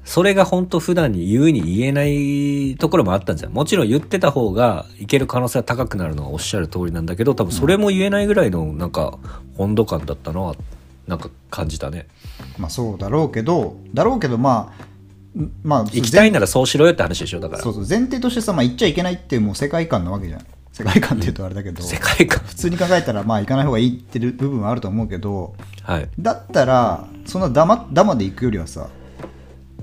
[SPEAKER 1] それが本当普段に言うに言えないところもあったんじゃんもちろん言ってた方がいける可能性は高くなるのはおっしゃる通りなんだけど多分それも言えないぐらいのなんか温度感だったのはなんか感じたね
[SPEAKER 2] まあそうだろうけど、だろうけど、まあ、んまあ、
[SPEAKER 1] 行きたい
[SPEAKER 2] 前
[SPEAKER 1] ならそうしろよって話でしょだから
[SPEAKER 2] そうそう前提としてさ、まあ、行っちゃいけないっていうもう世界観なわけじゃん。世界観っていうとあれだけど、
[SPEAKER 1] 世界観
[SPEAKER 2] 普通に考えたら、まあ行かない方がいいってる部分はあると思うけど、
[SPEAKER 1] はい
[SPEAKER 2] だったらそんなダマダマで行くよりはさ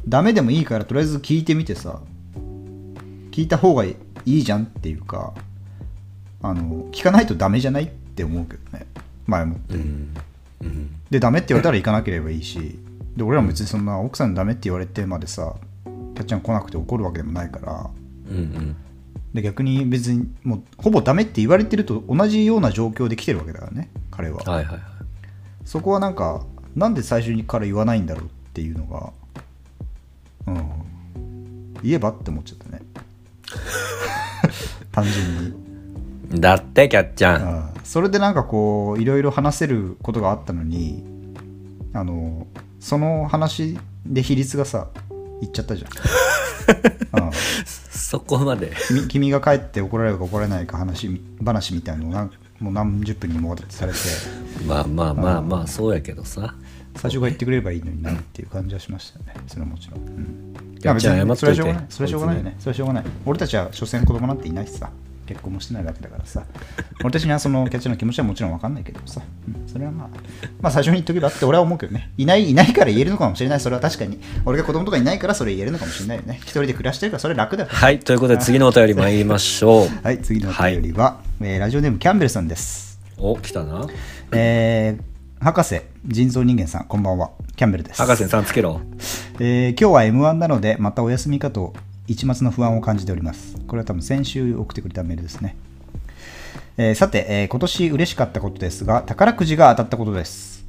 [SPEAKER 2] ダメでもいいからとりあえず聞いてみてさ聞いた方がいいじゃんっていうかあの聞かないとダメじゃないって思うけどね前もって、
[SPEAKER 1] うんうん
[SPEAKER 2] でダメって言われたら行かなければいいしで俺らも別にそんな奥さんにダメって言われてまでさキャッチャー来なくて怒るわけでもないから
[SPEAKER 1] うんうん
[SPEAKER 2] で逆に別にもうほぼダメって言われてると同じような状況で来てるわけだからね彼は
[SPEAKER 1] はいはいはい
[SPEAKER 2] そこはなんかなんで最初にから言わないんだろうっていうのがうん言えばって思っちゃったね 単純に、
[SPEAKER 1] だってキャッチャ
[SPEAKER 2] う
[SPEAKER 1] ン
[SPEAKER 2] ん、それでなんかこういろいろ話せることがあったのにあのその話で比率がさいっちゃったじゃん、うん
[SPEAKER 1] そこまで
[SPEAKER 2] 君君が帰って怒られるか怒られないか話話みたいのをなんもう何十分にもわたってされて
[SPEAKER 1] まあまあまあまあそうやけどさ
[SPEAKER 2] 最初から言ってくれればいいのになっていう感じはしましたよね、それはもちろん。うん
[SPEAKER 1] いや
[SPEAKER 2] まあ別
[SPEAKER 1] じゃあ
[SPEAKER 2] に
[SPEAKER 1] 謝っといて
[SPEAKER 2] それはしょうがない、それはしょうがないよね、それはしょうがない。俺たちは所詮子供なんていないしさ、結婚もしてないわけだからさ俺たちにはそのキャッチャーの気持ちはもちろん分かんないけどさ、うんそれはまあ、まあ、最初に言っとけばって俺は思うけどねいないいないから言えるのかもしれないそれは確かに俺が子供とかいないからそれ言えるのかもしれないよね一人で暮らしてるからそれ楽だよ
[SPEAKER 1] はい、ということで次のお便り参りましょう。
[SPEAKER 2] はい次のお便りは、えーラジオネームキャンベルさんです
[SPEAKER 1] お、来たな。
[SPEAKER 2] えー博士人造人間さんこんばんはキャンベルです
[SPEAKER 1] 博士さんつけろ。
[SPEAKER 2] えー今日は m 1なのでまたお休みかと一末の不安を感じておりますこれは多分先週送ってくれたメールですね、えーさて、えー今年嬉しかったことですが宝くじが当たったことです、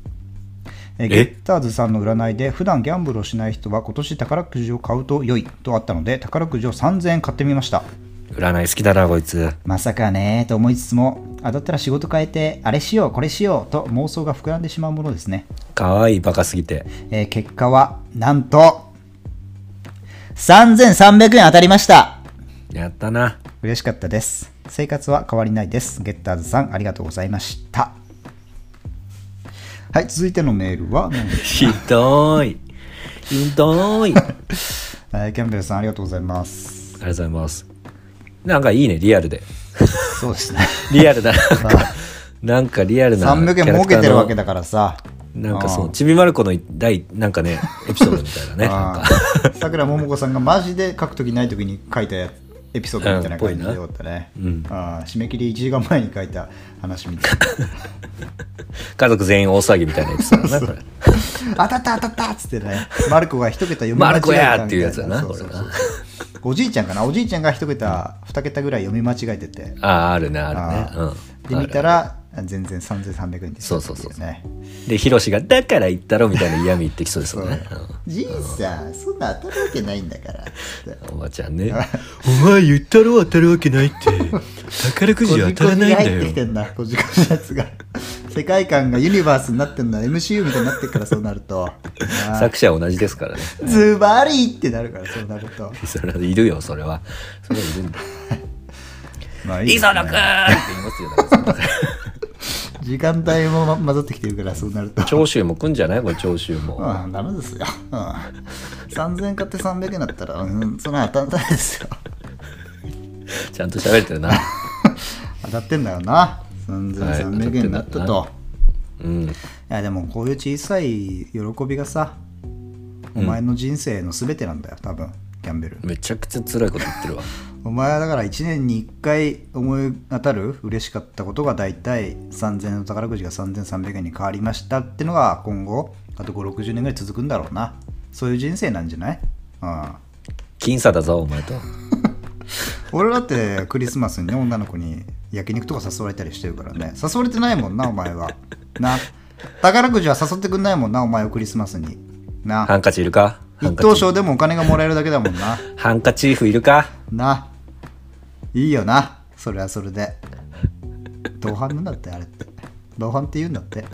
[SPEAKER 2] えー
[SPEAKER 1] え
[SPEAKER 2] ゲッターズさんの占いで普段ギャンブルをしない人は今年宝くじを買うと良いとあったので宝くじを3000円買ってみました
[SPEAKER 1] 占い好きだな、こいつ。
[SPEAKER 2] まさかねーと思いつつも当たったら仕事変えてあれしようこれしようと妄想が膨らんでしまうものですね
[SPEAKER 1] かわいい、バカすぎて。
[SPEAKER 2] えー結果はなんと3300円当たりました
[SPEAKER 1] やったな。
[SPEAKER 2] 嬉しかったです生活は変わりないですゲッターズさんありがとうございましたはい続いてのメールは、
[SPEAKER 1] ひどい。ひどい。ありがと
[SPEAKER 2] えーキャンベルさんありがとうございます
[SPEAKER 1] うございます。なんかいいね、リアルで。
[SPEAKER 2] そうですね
[SPEAKER 1] リアルだ。なん か、なんかリアルな。
[SPEAKER 2] 300円儲けてるわけだからさ
[SPEAKER 1] なんかそう、ちびまる子の第、なんかね、エピソードみたいなね。なんか
[SPEAKER 2] さくらももこさんがマジで書くときないときに書いたやつエピソードみたいな感じでよかったね、
[SPEAKER 1] うん
[SPEAKER 2] あー締め切り1時間前に書いた話みたいな
[SPEAKER 1] 家族全員大騒ぎみたいなエピソードだな、これ。
[SPEAKER 2] 当たった当たったっつってねマルコが一桁読み間違え
[SPEAKER 1] マル
[SPEAKER 2] たみた
[SPEAKER 1] コやーっていうやつだな
[SPEAKER 2] そうそうそうおじいちゃんかなおじいちゃんが一桁二桁ぐらい読み間違えてて
[SPEAKER 1] ああ、あるね、あるね。
[SPEAKER 2] あ
[SPEAKER 1] うん。
[SPEAKER 2] ーで見たら全然3300円で
[SPEAKER 1] そうそうそう
[SPEAKER 2] ね
[SPEAKER 1] で、ヒロシが、だから言ったろみたいな嫌味言ってきそうですよね。うん
[SPEAKER 2] じいさんそんな当たるわけないんだから
[SPEAKER 1] おばちゃんね。お前言ったろ当たるわけないって。宝く
[SPEAKER 2] こじこじに入ってきてんだこじこじのやつが 世界観がユニバースになってんだ MCU みたいになってるからそうな るとあー
[SPEAKER 1] 作者は同じですからね。
[SPEAKER 2] ズバリってなるからそうなると
[SPEAKER 1] それはいるよ、それは。それはいるんだ。
[SPEAKER 2] まあいいで
[SPEAKER 1] 磯
[SPEAKER 2] すね
[SPEAKER 1] 野くんって言いますよ、だからその
[SPEAKER 2] 時間帯もま混ざってきてるからそうなると
[SPEAKER 1] 長州も来んじゃないこれ長州も。
[SPEAKER 2] うん、ダメですよ。うん、3000買って300円だったら、うん、そんな当たんないですよ。
[SPEAKER 1] ちゃんと喋れてるな。
[SPEAKER 2] 当たってんだよな。
[SPEAKER 1] はい
[SPEAKER 2] 3300円になったと。
[SPEAKER 1] 当たうん。
[SPEAKER 2] いや、でもこういう小さい喜びがさ、お前の人生の全てなんだよ、多分キャンベル。
[SPEAKER 1] めちゃくちゃ辛いこと言ってるわ。
[SPEAKER 2] お前はだから1年に1回思い当たる嬉しかったことが大体3000円の宝くじが3300円に変わりましたってのが今後、あと5、60年ぐらい続くんだろうな。そういう人生なんじゃないうん。
[SPEAKER 1] 僅差だぞ、お前と。
[SPEAKER 2] 俺だってクリスマスにね女の子に焼肉とか誘われたりしてるからね誘われてないもんなお前はな宝くじは誘ってくんないもんなお前をクリスマスに
[SPEAKER 1] ハ
[SPEAKER 2] な
[SPEAKER 1] ンカチいるかハ
[SPEAKER 2] 一
[SPEAKER 1] ンカ
[SPEAKER 2] 等
[SPEAKER 1] チ。
[SPEAKER 2] 賞でもお金がもらえるだけだもんな
[SPEAKER 1] ハンカチーフいるか
[SPEAKER 2] ないいよなそれはそれで同伴なんだってあれって同伴って言うんだって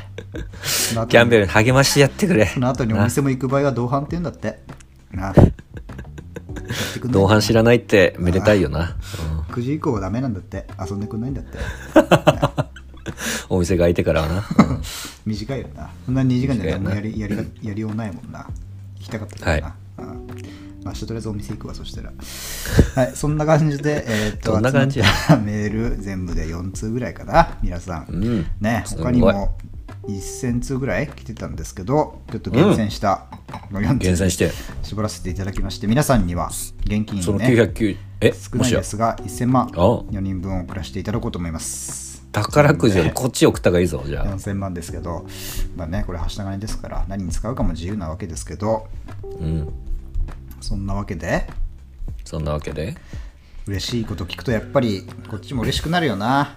[SPEAKER 2] その後に
[SPEAKER 1] キャンベル励ましてやってくれ
[SPEAKER 2] そ。の後にお店も行く場合は同伴って言うんだってな やってくんない
[SPEAKER 1] 同伴知らないってめでたいよな。うん
[SPEAKER 2] 9時以降はダメなんだって遊んでくんないんだって
[SPEAKER 1] お店が開いてからはな。
[SPEAKER 2] 短いよなそんな2時間じゃ何もやりやりがやりようないもんな行きたかったからな、うんまあ明日とりあえずお店行くわそしたら はいそんな感じでえーっと
[SPEAKER 1] どんな感じ
[SPEAKER 2] 集まったメール全部で4通ぐらいかな皆さん、
[SPEAKER 1] うん
[SPEAKER 2] ね
[SPEAKER 1] すごい
[SPEAKER 2] 他にも1000通ぐらい来てたんですけどちょっと厳選した、の4通
[SPEAKER 1] 厳選して。
[SPEAKER 2] 絞らせていただきまして皆さんには現金
[SPEAKER 1] その
[SPEAKER 2] ね
[SPEAKER 1] 909、え、
[SPEAKER 2] 少
[SPEAKER 1] も
[SPEAKER 2] ない
[SPEAKER 1] しや
[SPEAKER 2] で、すが1000万
[SPEAKER 1] ああ
[SPEAKER 2] 4人分送らせていただこうと思います
[SPEAKER 1] 宝くじよりこっち送った方がいいぞ、じゃあ。
[SPEAKER 2] 4000万ですけど、まあね、これ、はした金ですから、何に使うかも自由なわけですけど、
[SPEAKER 1] うん。
[SPEAKER 2] そんなわけで、
[SPEAKER 1] そんなわけで。
[SPEAKER 2] 嬉しいこと聞くと、やっぱりこっちも嬉しくなるよな。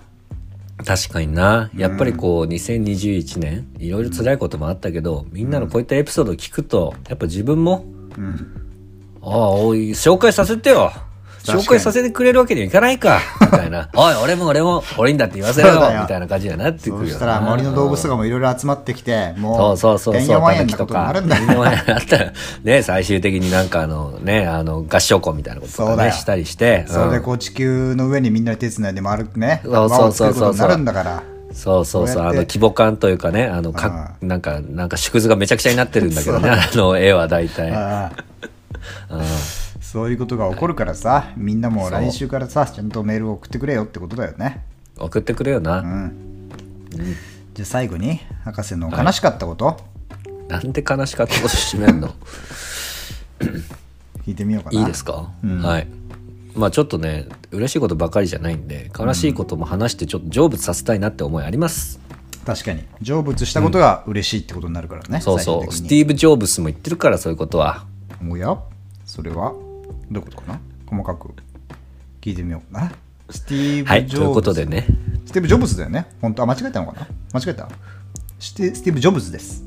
[SPEAKER 1] 確かにな。やっぱりこう、2021年、いろいろ辛いこともあったけど、みんなのこういったエピソードを聞くと、やっぱ自分も、
[SPEAKER 2] うん、
[SPEAKER 1] ああ、おい、紹介させてよ。
[SPEAKER 2] かに
[SPEAKER 1] 紹介させてくれるわけにはいかないか。みたい な。おい、俺も俺も、俺にだって言わせろ
[SPEAKER 2] そう
[SPEAKER 1] よ
[SPEAKER 2] だよ。
[SPEAKER 1] みたいな感じになってく
[SPEAKER 2] そ
[SPEAKER 1] るよな。
[SPEAKER 2] うしたら、森の動物とかもいろいろ集まってきて、
[SPEAKER 1] そ
[SPEAKER 2] も
[SPEAKER 1] う
[SPEAKER 2] う、
[SPEAKER 1] そうそう
[SPEAKER 2] てん
[SPEAKER 1] そ
[SPEAKER 2] や
[SPEAKER 1] う、
[SPEAKER 2] わんや
[SPEAKER 1] た
[SPEAKER 2] ん
[SPEAKER 1] ぬ
[SPEAKER 2] な
[SPEAKER 1] き
[SPEAKER 2] こととにな
[SPEAKER 1] か、
[SPEAKER 2] るんだ
[SPEAKER 1] てんやわんやんあったら ね、最終的になんかあの、ね、あの、合唱校みたいなことと
[SPEAKER 2] そ
[SPEAKER 1] か
[SPEAKER 2] うだ
[SPEAKER 1] ね、
[SPEAKER 2] よ
[SPEAKER 1] したりして、
[SPEAKER 2] それで
[SPEAKER 1] うん
[SPEAKER 2] こう、地球の上にみんなで手つないで回るね、
[SPEAKER 1] そう
[SPEAKER 2] 輪
[SPEAKER 1] そ
[SPEAKER 2] を
[SPEAKER 1] う
[SPEAKER 2] 作
[SPEAKER 1] そうそう
[SPEAKER 2] ることになるんだから。
[SPEAKER 1] そうそうそう、
[SPEAKER 2] こうや
[SPEAKER 1] あ
[SPEAKER 2] って
[SPEAKER 1] の、規模感というかね、あの、か、なんか、 なんか縮図がめちゃくちゃになってるんだけどね、あの、絵は大体。
[SPEAKER 2] あ
[SPEAKER 1] う
[SPEAKER 2] あ
[SPEAKER 1] ん
[SPEAKER 2] そういうことが起こるからさ、みんなも来週からさちゃんとメールを送ってくれよってことだよね
[SPEAKER 1] 送ってくれよな、
[SPEAKER 2] うんじゃあ最後に博士の悲しかったこと、
[SPEAKER 1] なんで悲しかったことしめん の
[SPEAKER 2] 聞いてみようかない
[SPEAKER 1] いですか、
[SPEAKER 2] うん
[SPEAKER 1] はいまあちょっとね嬉しいことばかりじゃないんで悲しいことも話してちょっと成仏させたいなって思いあります、
[SPEAKER 2] 確かに成仏したことが嬉しいってことになるからね、
[SPEAKER 1] そうそうスティーブ・ジョブスも言ってるからそういうことは
[SPEAKER 2] ィおやそれはどういうことかな細かく聞いてみようかなスティーブ・ジョブズ、
[SPEAKER 1] はいということでね
[SPEAKER 2] スティーブ・ジョブズだよね本当あ間違えたのかな間違えたステスティーブ・ジョブズです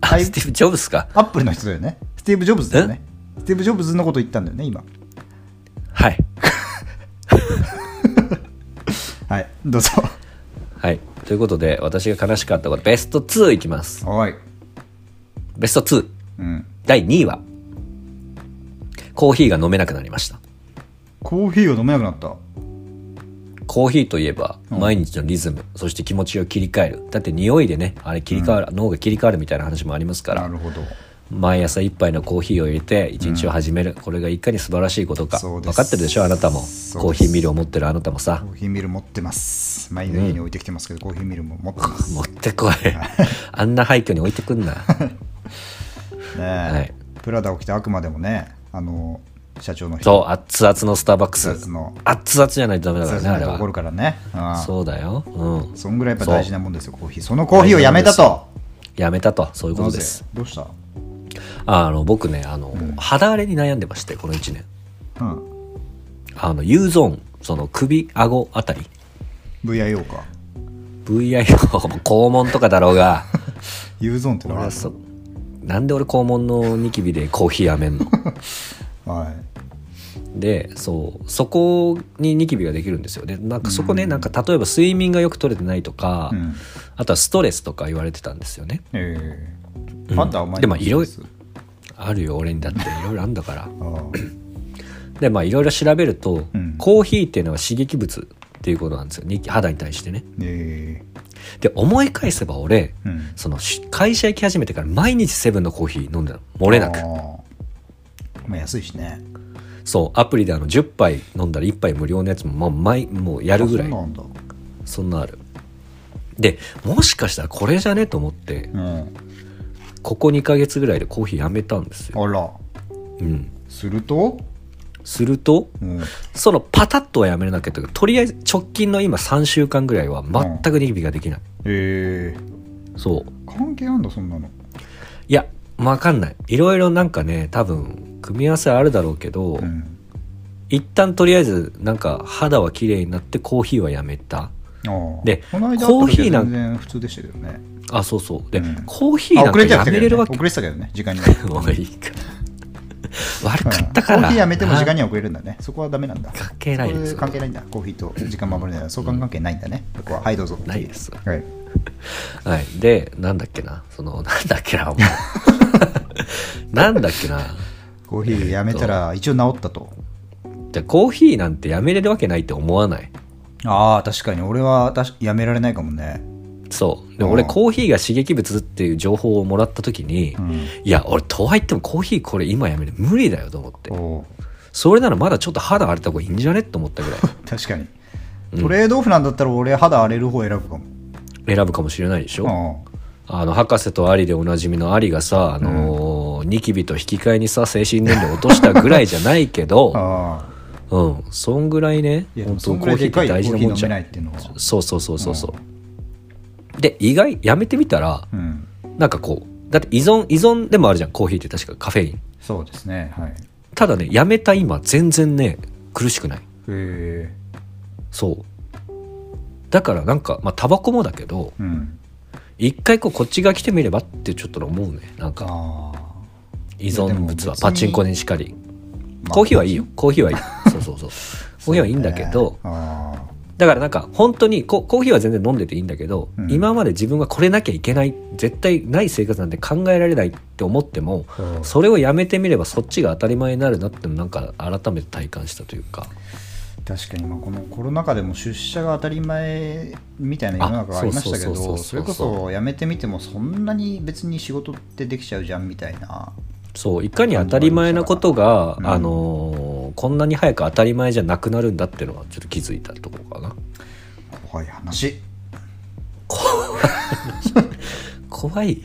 [SPEAKER 1] あ
[SPEAKER 2] はい
[SPEAKER 1] スティーブ・ジョブスか
[SPEAKER 2] アップルの人だよねスティーブ・ジョブズだよねスティーブ・ジョブズのこと言ったんだよね今
[SPEAKER 1] はい
[SPEAKER 2] はいどうぞ
[SPEAKER 1] はいということで私が悲しかったことベスト2いきます
[SPEAKER 2] おい
[SPEAKER 1] ベスト2
[SPEAKER 2] うん
[SPEAKER 1] 第2位はコーヒーが飲めなくなりました
[SPEAKER 2] コーヒーを飲めなくなった
[SPEAKER 1] コーヒーといえば毎日のリズム、そして気持ちを切り替えるだって匂いでねあれ切り替わる、脳が切り替わるみたいな話もありますから
[SPEAKER 2] なるほど
[SPEAKER 1] 毎朝一杯のコーヒーを入れて一日を始める、これがいかに素晴らしいことか
[SPEAKER 2] そう
[SPEAKER 1] 分
[SPEAKER 2] です
[SPEAKER 1] かってるでしょあなたも
[SPEAKER 2] そうです
[SPEAKER 1] コーヒーミルを持ってるあなたもさ
[SPEAKER 2] コーヒーミル持ってます毎の家に置いてきてますけど、コーヒーミルも持ってます
[SPEAKER 1] 持って こいあんな廃墟に置いてくんな
[SPEAKER 2] ねえ、
[SPEAKER 1] はい
[SPEAKER 2] プラダを着た悪魔でもねあの社長の人
[SPEAKER 1] そう熱々のスターバックス
[SPEAKER 2] 熱々の
[SPEAKER 1] 熱々じゃないとダメだ
[SPEAKER 2] そ
[SPEAKER 1] から
[SPEAKER 2] うじ
[SPEAKER 1] ね
[SPEAKER 2] ゃ
[SPEAKER 1] あ
[SPEAKER 2] ない
[SPEAKER 1] れ
[SPEAKER 2] と怒
[SPEAKER 1] は
[SPEAKER 2] るからねうんそ
[SPEAKER 1] そうだようん
[SPEAKER 2] んぐらいやっぱ大事なもんですよコーヒーそのコーヒーをやめたと
[SPEAKER 1] やめたとそういうこ
[SPEAKER 2] な
[SPEAKER 1] と
[SPEAKER 2] ぜ
[SPEAKER 1] です
[SPEAKER 2] どうした
[SPEAKER 1] あの僕ねあの、肌荒れに悩んでましてこの1年
[SPEAKER 2] うん
[SPEAKER 1] あの U ゾーンその首顎あたり
[SPEAKER 2] VIO か
[SPEAKER 1] VIO も肛門とかだろう が
[SPEAKER 2] U ゾーンっての
[SPEAKER 1] 俺
[SPEAKER 2] は
[SPEAKER 1] はそなんで俺肛門のニキビでコーヒーやめん の
[SPEAKER 2] はい
[SPEAKER 1] でそうそこにニキビができるんですよでなんかそこね、なんか例えば睡眠がよく取れてないとか、
[SPEAKER 2] うん
[SPEAKER 1] あとはストレスとか言われてたんですよね
[SPEAKER 2] ええまだお前に
[SPEAKER 1] でもいろい
[SPEAKER 2] そうです
[SPEAKER 1] あるよ俺にだっていろいろあんだから
[SPEAKER 2] ああ
[SPEAKER 1] でまあいろいろ調べると、
[SPEAKER 2] うん
[SPEAKER 1] コーヒーっていうのは刺激物っていうことなんですよニキ肌に対してね
[SPEAKER 2] え
[SPEAKER 1] で思い返せば俺
[SPEAKER 2] えうん
[SPEAKER 1] そのし会社行き始めてから毎日セブンのコーヒー飲んでたの漏れなく
[SPEAKER 2] ああまあ安いしね
[SPEAKER 1] そうアプリであの10杯飲んだら1杯無料のやつももう毎もうやるぐらい
[SPEAKER 2] あそうなんだ
[SPEAKER 1] そんなあるでもしかしたらこれじゃねと思って
[SPEAKER 2] うん
[SPEAKER 1] ここ2ヶ月ぐらいでコーヒーやめたんですよ、
[SPEAKER 2] あら
[SPEAKER 1] うん、
[SPEAKER 2] すると
[SPEAKER 1] すると
[SPEAKER 2] うん
[SPEAKER 1] そのパタッとはやめれなかったけどとりあえず直近の今3週間ぐらいは全くニキビができない、
[SPEAKER 2] ええ
[SPEAKER 1] そう
[SPEAKER 2] 関係あんだそんなの
[SPEAKER 1] いやわかんないいろいろなんかね多分組み合わせあるだろうけど、
[SPEAKER 2] うん
[SPEAKER 1] 一旦とりあえずなんか肌は綺麗になってコーヒーはやめた
[SPEAKER 2] ああ
[SPEAKER 1] で
[SPEAKER 2] この間
[SPEAKER 1] コーヒー
[SPEAKER 2] 会った時
[SPEAKER 1] な
[SPEAKER 2] は
[SPEAKER 1] ん
[SPEAKER 2] 全然普通でしたけどね
[SPEAKER 1] あそうそうで、
[SPEAKER 2] うん
[SPEAKER 1] コーヒー
[SPEAKER 2] あ
[SPEAKER 1] なん
[SPEAKER 2] 遅
[SPEAKER 1] か
[SPEAKER 2] れて
[SPEAKER 1] や
[SPEAKER 2] たけ
[SPEAKER 1] め
[SPEAKER 2] ど、
[SPEAKER 1] れ
[SPEAKER 2] ね、
[SPEAKER 1] るわけ
[SPEAKER 2] 遅れてたけどね時間には
[SPEAKER 1] もういいか 悪かったから、
[SPEAKER 2] コーヒーやめても時間
[SPEAKER 1] に
[SPEAKER 2] には遅れるんだねそこはダメなんだ
[SPEAKER 1] 関係ないで
[SPEAKER 2] そ
[SPEAKER 1] す
[SPEAKER 2] れ関係ないんだコーヒーと時間守れない相関関係ないんだねそこははいどうぞ
[SPEAKER 1] ないです
[SPEAKER 2] はい
[SPEAKER 1] はいでなんだっけなそのなんだっけなも うなんだっけな
[SPEAKER 2] コーヒーやめたら一応治ったと
[SPEAKER 1] じゃあコーヒーなんてやめれるわけないって思わない
[SPEAKER 2] ああ確かに俺は確かやめられないかもね
[SPEAKER 1] そうで俺
[SPEAKER 2] うん
[SPEAKER 1] コーヒーが刺激物っていう情報をもらった時に、
[SPEAKER 2] うん
[SPEAKER 1] いや俺とはいってもコーヒーこれ今やめる無理だよと思って
[SPEAKER 2] おう
[SPEAKER 1] それならまだちょっと肌荒れた方がいいんじゃねって思 ったぐらい
[SPEAKER 2] 確かにトレードオフなんだったら俺肌荒れる方選ぶかも
[SPEAKER 1] 選ぶかもしれないでしょ、
[SPEAKER 2] あ
[SPEAKER 1] あの博士とアリでおなじみのアリがさ、あのーニキビと引き換えにさ精神年齢落としたぐらいじゃないけ
[SPEAKER 2] あ
[SPEAKER 1] ど、
[SPEAKER 2] ああ
[SPEAKER 1] うん、そんぐらいね
[SPEAKER 2] いやで
[SPEAKER 1] 本
[SPEAKER 2] も
[SPEAKER 1] 当
[SPEAKER 2] そん
[SPEAKER 1] コ
[SPEAKER 2] ぐら
[SPEAKER 1] ー
[SPEAKER 2] い
[SPEAKER 1] ヒー
[SPEAKER 2] でか
[SPEAKER 1] って
[SPEAKER 2] いコー
[SPEAKER 1] 大
[SPEAKER 2] ヒ
[SPEAKER 1] 事な
[SPEAKER 2] ー
[SPEAKER 1] も
[SPEAKER 2] 飲
[SPEAKER 1] んじ
[SPEAKER 2] め
[SPEAKER 1] ゃん
[SPEAKER 2] ないっていうのは
[SPEAKER 1] そうそうそうそうそう、で意外やめてみたら
[SPEAKER 2] うん
[SPEAKER 1] なんかこうだって依存依存でもあるじゃんコーヒーって確かカフェイン
[SPEAKER 2] そうですねはいへ
[SPEAKER 1] ただねやめた今全然ね苦しくない
[SPEAKER 2] え
[SPEAKER 1] そうだからなんかまあタバコもだけど
[SPEAKER 2] うん
[SPEAKER 1] 一回こうこっちが来てみればってちょっと思うねなんか
[SPEAKER 2] ああ
[SPEAKER 1] 依存物はパチンコにしかり
[SPEAKER 2] まあ
[SPEAKER 1] コーヒーはいいよコーヒーはい いそうそうそうコーヒーはいいんだけど、
[SPEAKER 2] あ
[SPEAKER 1] だからなんか本当にココーヒーは全然飲んでていいんだけど、
[SPEAKER 2] うん
[SPEAKER 1] 今まで自分はこれなきゃいけない絶対ない生活なんて考えられないって思っても
[SPEAKER 2] あそう
[SPEAKER 1] それをやめてみればそっちが当たり前になるなってのなんか改めて体感したというか
[SPEAKER 2] 確かにまあこのコロナ禍でも出社が当たり前みたいな世の中がありましたけ
[SPEAKER 1] あそうそうそうそう
[SPEAKER 2] ど
[SPEAKER 1] そう
[SPEAKER 2] それこそ辞めてみてもそんなに別に仕事ってできちゃうじゃんみたいな
[SPEAKER 1] そういかに当たり前なことが、
[SPEAKER 2] うん
[SPEAKER 1] あのーこんなに早く当たり前じゃなくなるんだっていうのはちょっと気づいたところかな
[SPEAKER 2] 怖い話
[SPEAKER 1] 怖い、うんい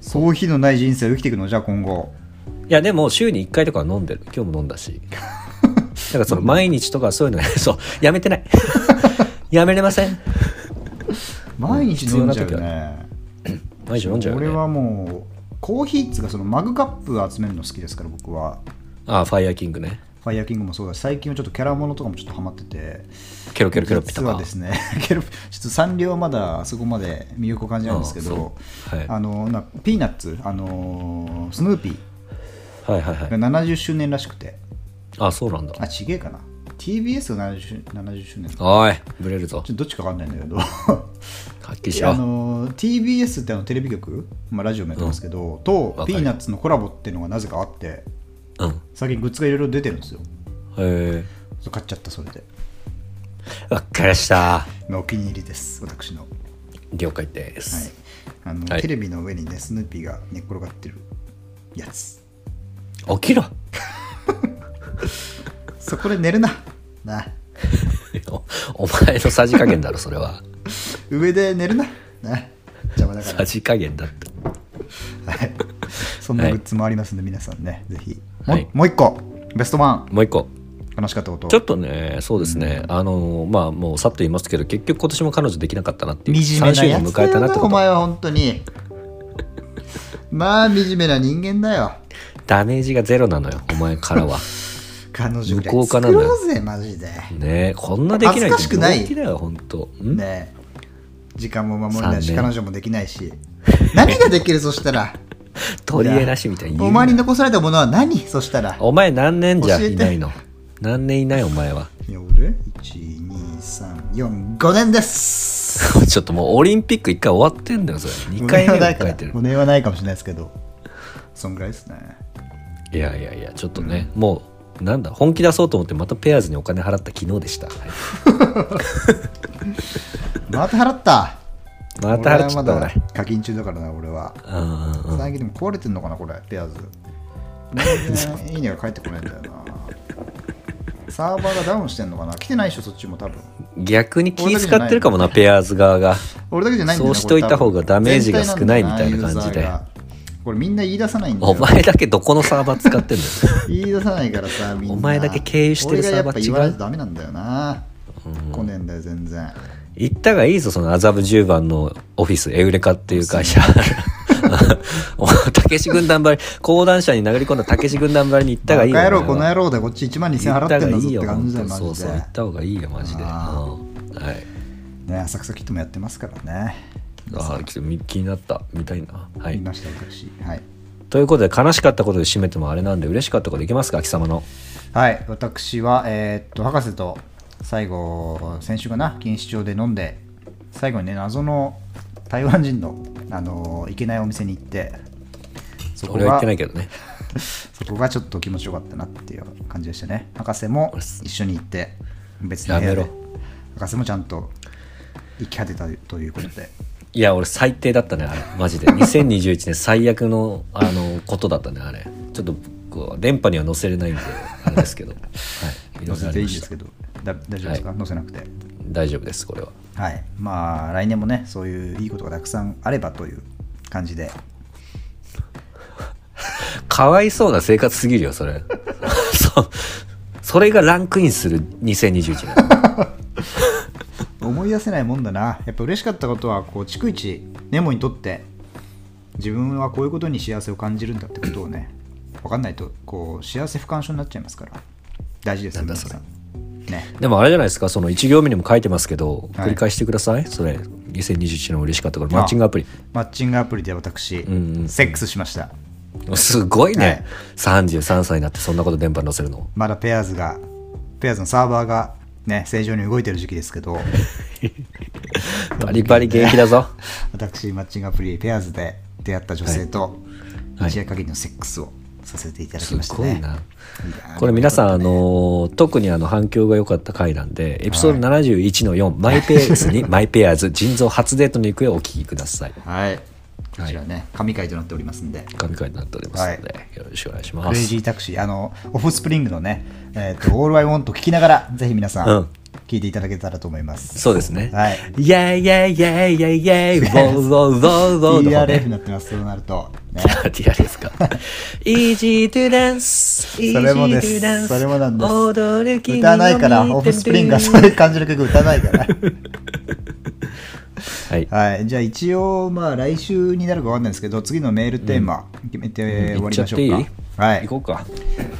[SPEAKER 2] そういう日のない人生を生きていくのじゃあ今後
[SPEAKER 1] やでも週に1回とかは飲んでる今日も飲んだ しだからその毎日とかそういうの そうやめてない やめれません
[SPEAKER 2] 毎日飲んじゃう
[SPEAKER 1] 必要
[SPEAKER 2] ね
[SPEAKER 1] 毎日飲んじゃうよね
[SPEAKER 2] 俺はもうコーヒーっつうかそのマグカップ集めるの好きですから僕は
[SPEAKER 1] ああファイヤーキングね
[SPEAKER 2] ファイヤーキングもそうだし最近はちょっとキャラものとかもちょっとハマってて
[SPEAKER 1] ケロケロケロピタ
[SPEAKER 2] 実は
[SPEAKER 1] パ
[SPEAKER 2] ですね ケロちょっとサンリオはまだあそこまで魅力を感じないんですけど
[SPEAKER 1] あそうはい
[SPEAKER 2] あのなピーナッツあのスヌーピー
[SPEAKER 1] はいはいは
[SPEAKER 2] が
[SPEAKER 1] い
[SPEAKER 2] 70周年らしくて
[SPEAKER 1] あそうなんだ
[SPEAKER 2] あちげえかな TBS が70周 ,70 周年ちょ
[SPEAKER 1] おいブレるぞ
[SPEAKER 2] っとどっちかわかんないんだけど
[SPEAKER 1] はっきりし
[SPEAKER 2] あ
[SPEAKER 1] よ
[SPEAKER 2] の TBS ってあのテレビ局、まあ、ラジオもやってますけど、
[SPEAKER 1] か
[SPEAKER 2] と
[SPEAKER 1] る
[SPEAKER 2] ピーナッツのコラボっていうのがなぜかあって
[SPEAKER 1] ううん
[SPEAKER 2] 最近グッズがいろいろ出てるんですよ
[SPEAKER 1] へ
[SPEAKER 2] そう買っちゃったそれで
[SPEAKER 1] えわかりました
[SPEAKER 2] まあお気に入りです私の,、はい
[SPEAKER 1] 了解です、
[SPEAKER 2] あの
[SPEAKER 1] はい
[SPEAKER 2] テレビの上にねスヌーピーが寝っ転がってるやつ
[SPEAKER 1] 起きろ
[SPEAKER 2] そこで寝るななあ
[SPEAKER 1] おお前のさじ加減だろそれは
[SPEAKER 2] 上で寝るななあ邪魔だから
[SPEAKER 1] さじ加減だって
[SPEAKER 2] はい、そんなグッズもありますんで、皆さんね、ぜひ。もう
[SPEAKER 1] はい
[SPEAKER 2] もう一個、ベストワン、
[SPEAKER 1] もう一個
[SPEAKER 2] 楽しかったこと。
[SPEAKER 1] ちょっとねそうですね、あのまあもうさっと言いますけど結局今年も彼女できなかったなっていう3
[SPEAKER 2] 惨めな
[SPEAKER 1] 周
[SPEAKER 2] や
[SPEAKER 1] 年迎
[SPEAKER 2] つだ
[SPEAKER 1] えた
[SPEAKER 2] よ
[SPEAKER 1] なって
[SPEAKER 2] な、お
[SPEAKER 1] こと
[SPEAKER 2] 前は本当に。まあ、惨めな人間だよ。
[SPEAKER 1] ダメージがゼロなのよお前から は
[SPEAKER 2] 彼女ぐら
[SPEAKER 1] 無
[SPEAKER 2] い
[SPEAKER 1] 効化な
[SPEAKER 2] 作
[SPEAKER 1] んだよ
[SPEAKER 2] ろうぜ、マジで。
[SPEAKER 1] ねえこんなできない
[SPEAKER 2] 恥ずかしくない
[SPEAKER 1] 病気だよ本当ん
[SPEAKER 2] ねえ時間も守れないし、
[SPEAKER 1] 残念
[SPEAKER 2] 彼女もできないし。何ができる、そしたら。
[SPEAKER 1] 取り柄なしみたいに言
[SPEAKER 2] お
[SPEAKER 1] うな
[SPEAKER 2] 前に残されたものは何そしたら。
[SPEAKER 1] お前何年じゃ
[SPEAKER 2] 教えて
[SPEAKER 1] いないの何年いないお前は
[SPEAKER 2] いや、俺 ?1、2、3、4、5年で す
[SPEAKER 1] ちょっともうオリンピック1回終わってんだよそれ2
[SPEAKER 2] 5
[SPEAKER 1] 回
[SPEAKER 2] 年
[SPEAKER 1] 目
[SPEAKER 2] は
[SPEAKER 1] を
[SPEAKER 2] ないか
[SPEAKER 1] 迎
[SPEAKER 2] ら
[SPEAKER 1] えてる
[SPEAKER 2] 5年はないかもしれないですけどそんぐらいですね
[SPEAKER 1] いやいやいやちょっとね、もうなんだ本気出そうと思ってまたペアーズにお金払った昨日でした、はい
[SPEAKER 2] また払った
[SPEAKER 1] また払っちゃった俺
[SPEAKER 2] 俺はまだ課金中だからな俺は、
[SPEAKER 1] うんうんうん
[SPEAKER 2] 最近でも壊れてんのかなこれペア ーズ全然いいねが返ってこないんだよなサーバーがダウンしてんのかな来てないでしょそっちも多分
[SPEAKER 1] 逆に気使ってるかもなペアーズ側が
[SPEAKER 2] 俺だけじゃないんだよな
[SPEAKER 1] そうしといた方が
[SPEAKER 2] これ多分
[SPEAKER 1] ダメージが少ないみたいな感じで
[SPEAKER 2] 全体なんだよなユーザーがこれみんな言い出さないんだよ
[SPEAKER 1] お前だけどこのサーバー使ってんだよ
[SPEAKER 2] 言い出さないか らさみんな
[SPEAKER 1] お前だけ経由してるサーバー
[SPEAKER 2] 俺がやっぱ言わないとダメなんだよな、来ねえんだよ全然
[SPEAKER 1] 行ったがいいぞその麻布十番のオフィスエウレカっていう 会社お前たけし軍団ばり講談社に殴り込んだたけし軍団ばりに行ったがいいよ
[SPEAKER 2] バカ野郎
[SPEAKER 1] お前は
[SPEAKER 2] この野郎でこっち1万2000
[SPEAKER 1] 行
[SPEAKER 2] 払
[SPEAKER 1] っ
[SPEAKER 2] っ
[SPEAKER 1] た
[SPEAKER 2] てんだ
[SPEAKER 1] がい
[SPEAKER 2] ぞっ
[SPEAKER 1] い
[SPEAKER 2] て
[SPEAKER 1] よ
[SPEAKER 2] 感じだよマ
[SPEAKER 1] ほんとそう
[SPEAKER 2] ジ
[SPEAKER 1] そう
[SPEAKER 2] で
[SPEAKER 1] 行った方がいいよマジで、うん
[SPEAKER 2] あ
[SPEAKER 1] はい
[SPEAKER 2] ね浅草キットもやってますからね
[SPEAKER 1] あーちょっと気になった見たいなは
[SPEAKER 2] 見
[SPEAKER 1] い
[SPEAKER 2] ました私はい、
[SPEAKER 1] ということで悲しかったことで締めてもあれなんで嬉しかったことできますか貴様の
[SPEAKER 2] はい、私はえーっと博士と最後先週かな錦糸町で飲んで最後にね謎の台湾人のあのーいけないお店に行ってそこ
[SPEAKER 1] 俺は言
[SPEAKER 2] が
[SPEAKER 1] ってないけどね
[SPEAKER 2] そこがちょっと気持ちよかったなっていう感じでしたね博士も一緒に行って別の部屋
[SPEAKER 1] や
[SPEAKER 2] で
[SPEAKER 1] めろ
[SPEAKER 2] 博士もちゃんと行き果てたということで
[SPEAKER 1] いや俺最低だったねあれマジで2021年最悪のあのことだったねあれちょっとこう電波には載せれないんであれですけど、はい、いろい
[SPEAKER 2] 乗
[SPEAKER 1] ろ
[SPEAKER 2] せ
[SPEAKER 1] あ
[SPEAKER 2] てい
[SPEAKER 1] り
[SPEAKER 2] いん
[SPEAKER 1] まし
[SPEAKER 2] です
[SPEAKER 1] た
[SPEAKER 2] けどだ大丈夫ですか、載せなくて
[SPEAKER 1] 大丈夫ですこれは
[SPEAKER 2] はい、まあ来年もねそういういいことがたくさんあればという感じで
[SPEAKER 1] かわいそうな生活すぎるよそれ そそれがランクインする2021年
[SPEAKER 2] 思い出せないもんだなやっぱ嬉しかったことはこう逐一メモにとって自分はこういうことに幸せを感じるんだってことをね分かんないとこう幸せ不感症になっちゃいますから大事です
[SPEAKER 1] な
[SPEAKER 2] よ
[SPEAKER 1] んだ
[SPEAKER 2] 皆さんね
[SPEAKER 1] でもあれじゃないですか、その1行目にも書いてますけど、
[SPEAKER 2] はい
[SPEAKER 1] 繰り返してください、それ、2021年嬉しかったから、マッチングアプリ。
[SPEAKER 2] マッチングアプリで私、
[SPEAKER 1] んうん
[SPEAKER 2] セックスしました
[SPEAKER 1] すごいね、
[SPEAKER 2] はい
[SPEAKER 1] 33歳になってそんなこと電波に載せるの。
[SPEAKER 2] まだペアーズがペアーズのサーバーがね正常に動いてる時期です けど
[SPEAKER 1] バリバリ現役だぞ。
[SPEAKER 2] 私マッチングアプリペアーズで出会った女性と
[SPEAKER 1] はい
[SPEAKER 2] 一夜限りのセックスをさせていただき
[SPEAKER 1] す
[SPEAKER 2] ました
[SPEAKER 1] ごい
[SPEAKER 2] ね。
[SPEAKER 1] な。
[SPEAKER 2] いやー
[SPEAKER 1] これ皆さん、あのー特にあの反響が良かった回なんで、エピソード71の4、マイペースにマイペアーズ、人造初デートの行方をお聞きください。
[SPEAKER 2] はいこちらね、神回となっておりますんで。
[SPEAKER 1] 神回になっておりますので、よろしくお願いし
[SPEAKER 2] ク
[SPEAKER 1] ま
[SPEAKER 2] レイ
[SPEAKER 1] す
[SPEAKER 2] ジ。ータクシー、あの、オフスプリングのね、えっ、と、オールアイウォント聞きながら、ぜひ皆さん、
[SPEAKER 1] うん
[SPEAKER 2] 聞いていただけたらと思います。
[SPEAKER 1] そうですね。
[SPEAKER 2] はい。
[SPEAKER 1] イェイイェイイェイイェイイェイ、ウォーウォーウォーウォーの方
[SPEAKER 2] DRF
[SPEAKER 1] ね
[SPEAKER 2] になってます、そうなると。ね
[SPEAKER 1] TRF ですか。Easy to dance,
[SPEAKER 2] そ
[SPEAKER 1] easy
[SPEAKER 2] れもで
[SPEAKER 1] to
[SPEAKER 2] す。
[SPEAKER 1] dance.
[SPEAKER 2] それもなんです。
[SPEAKER 1] 踊る君を見てる
[SPEAKER 2] 歌わないから、オフスプリングが そういう感じの曲歌わないから。
[SPEAKER 1] はい。
[SPEAKER 2] はい、じゃあ一応、まあ、来週になるかわかんないですけど、次のメールテーマ、決めて終
[SPEAKER 1] 行
[SPEAKER 2] わ
[SPEAKER 1] っ
[SPEAKER 2] り
[SPEAKER 1] ちゃ
[SPEAKER 2] ま
[SPEAKER 1] っ
[SPEAKER 2] して
[SPEAKER 1] いい
[SPEAKER 2] ょうか。は
[SPEAKER 1] 行
[SPEAKER 2] い
[SPEAKER 1] こ。うか。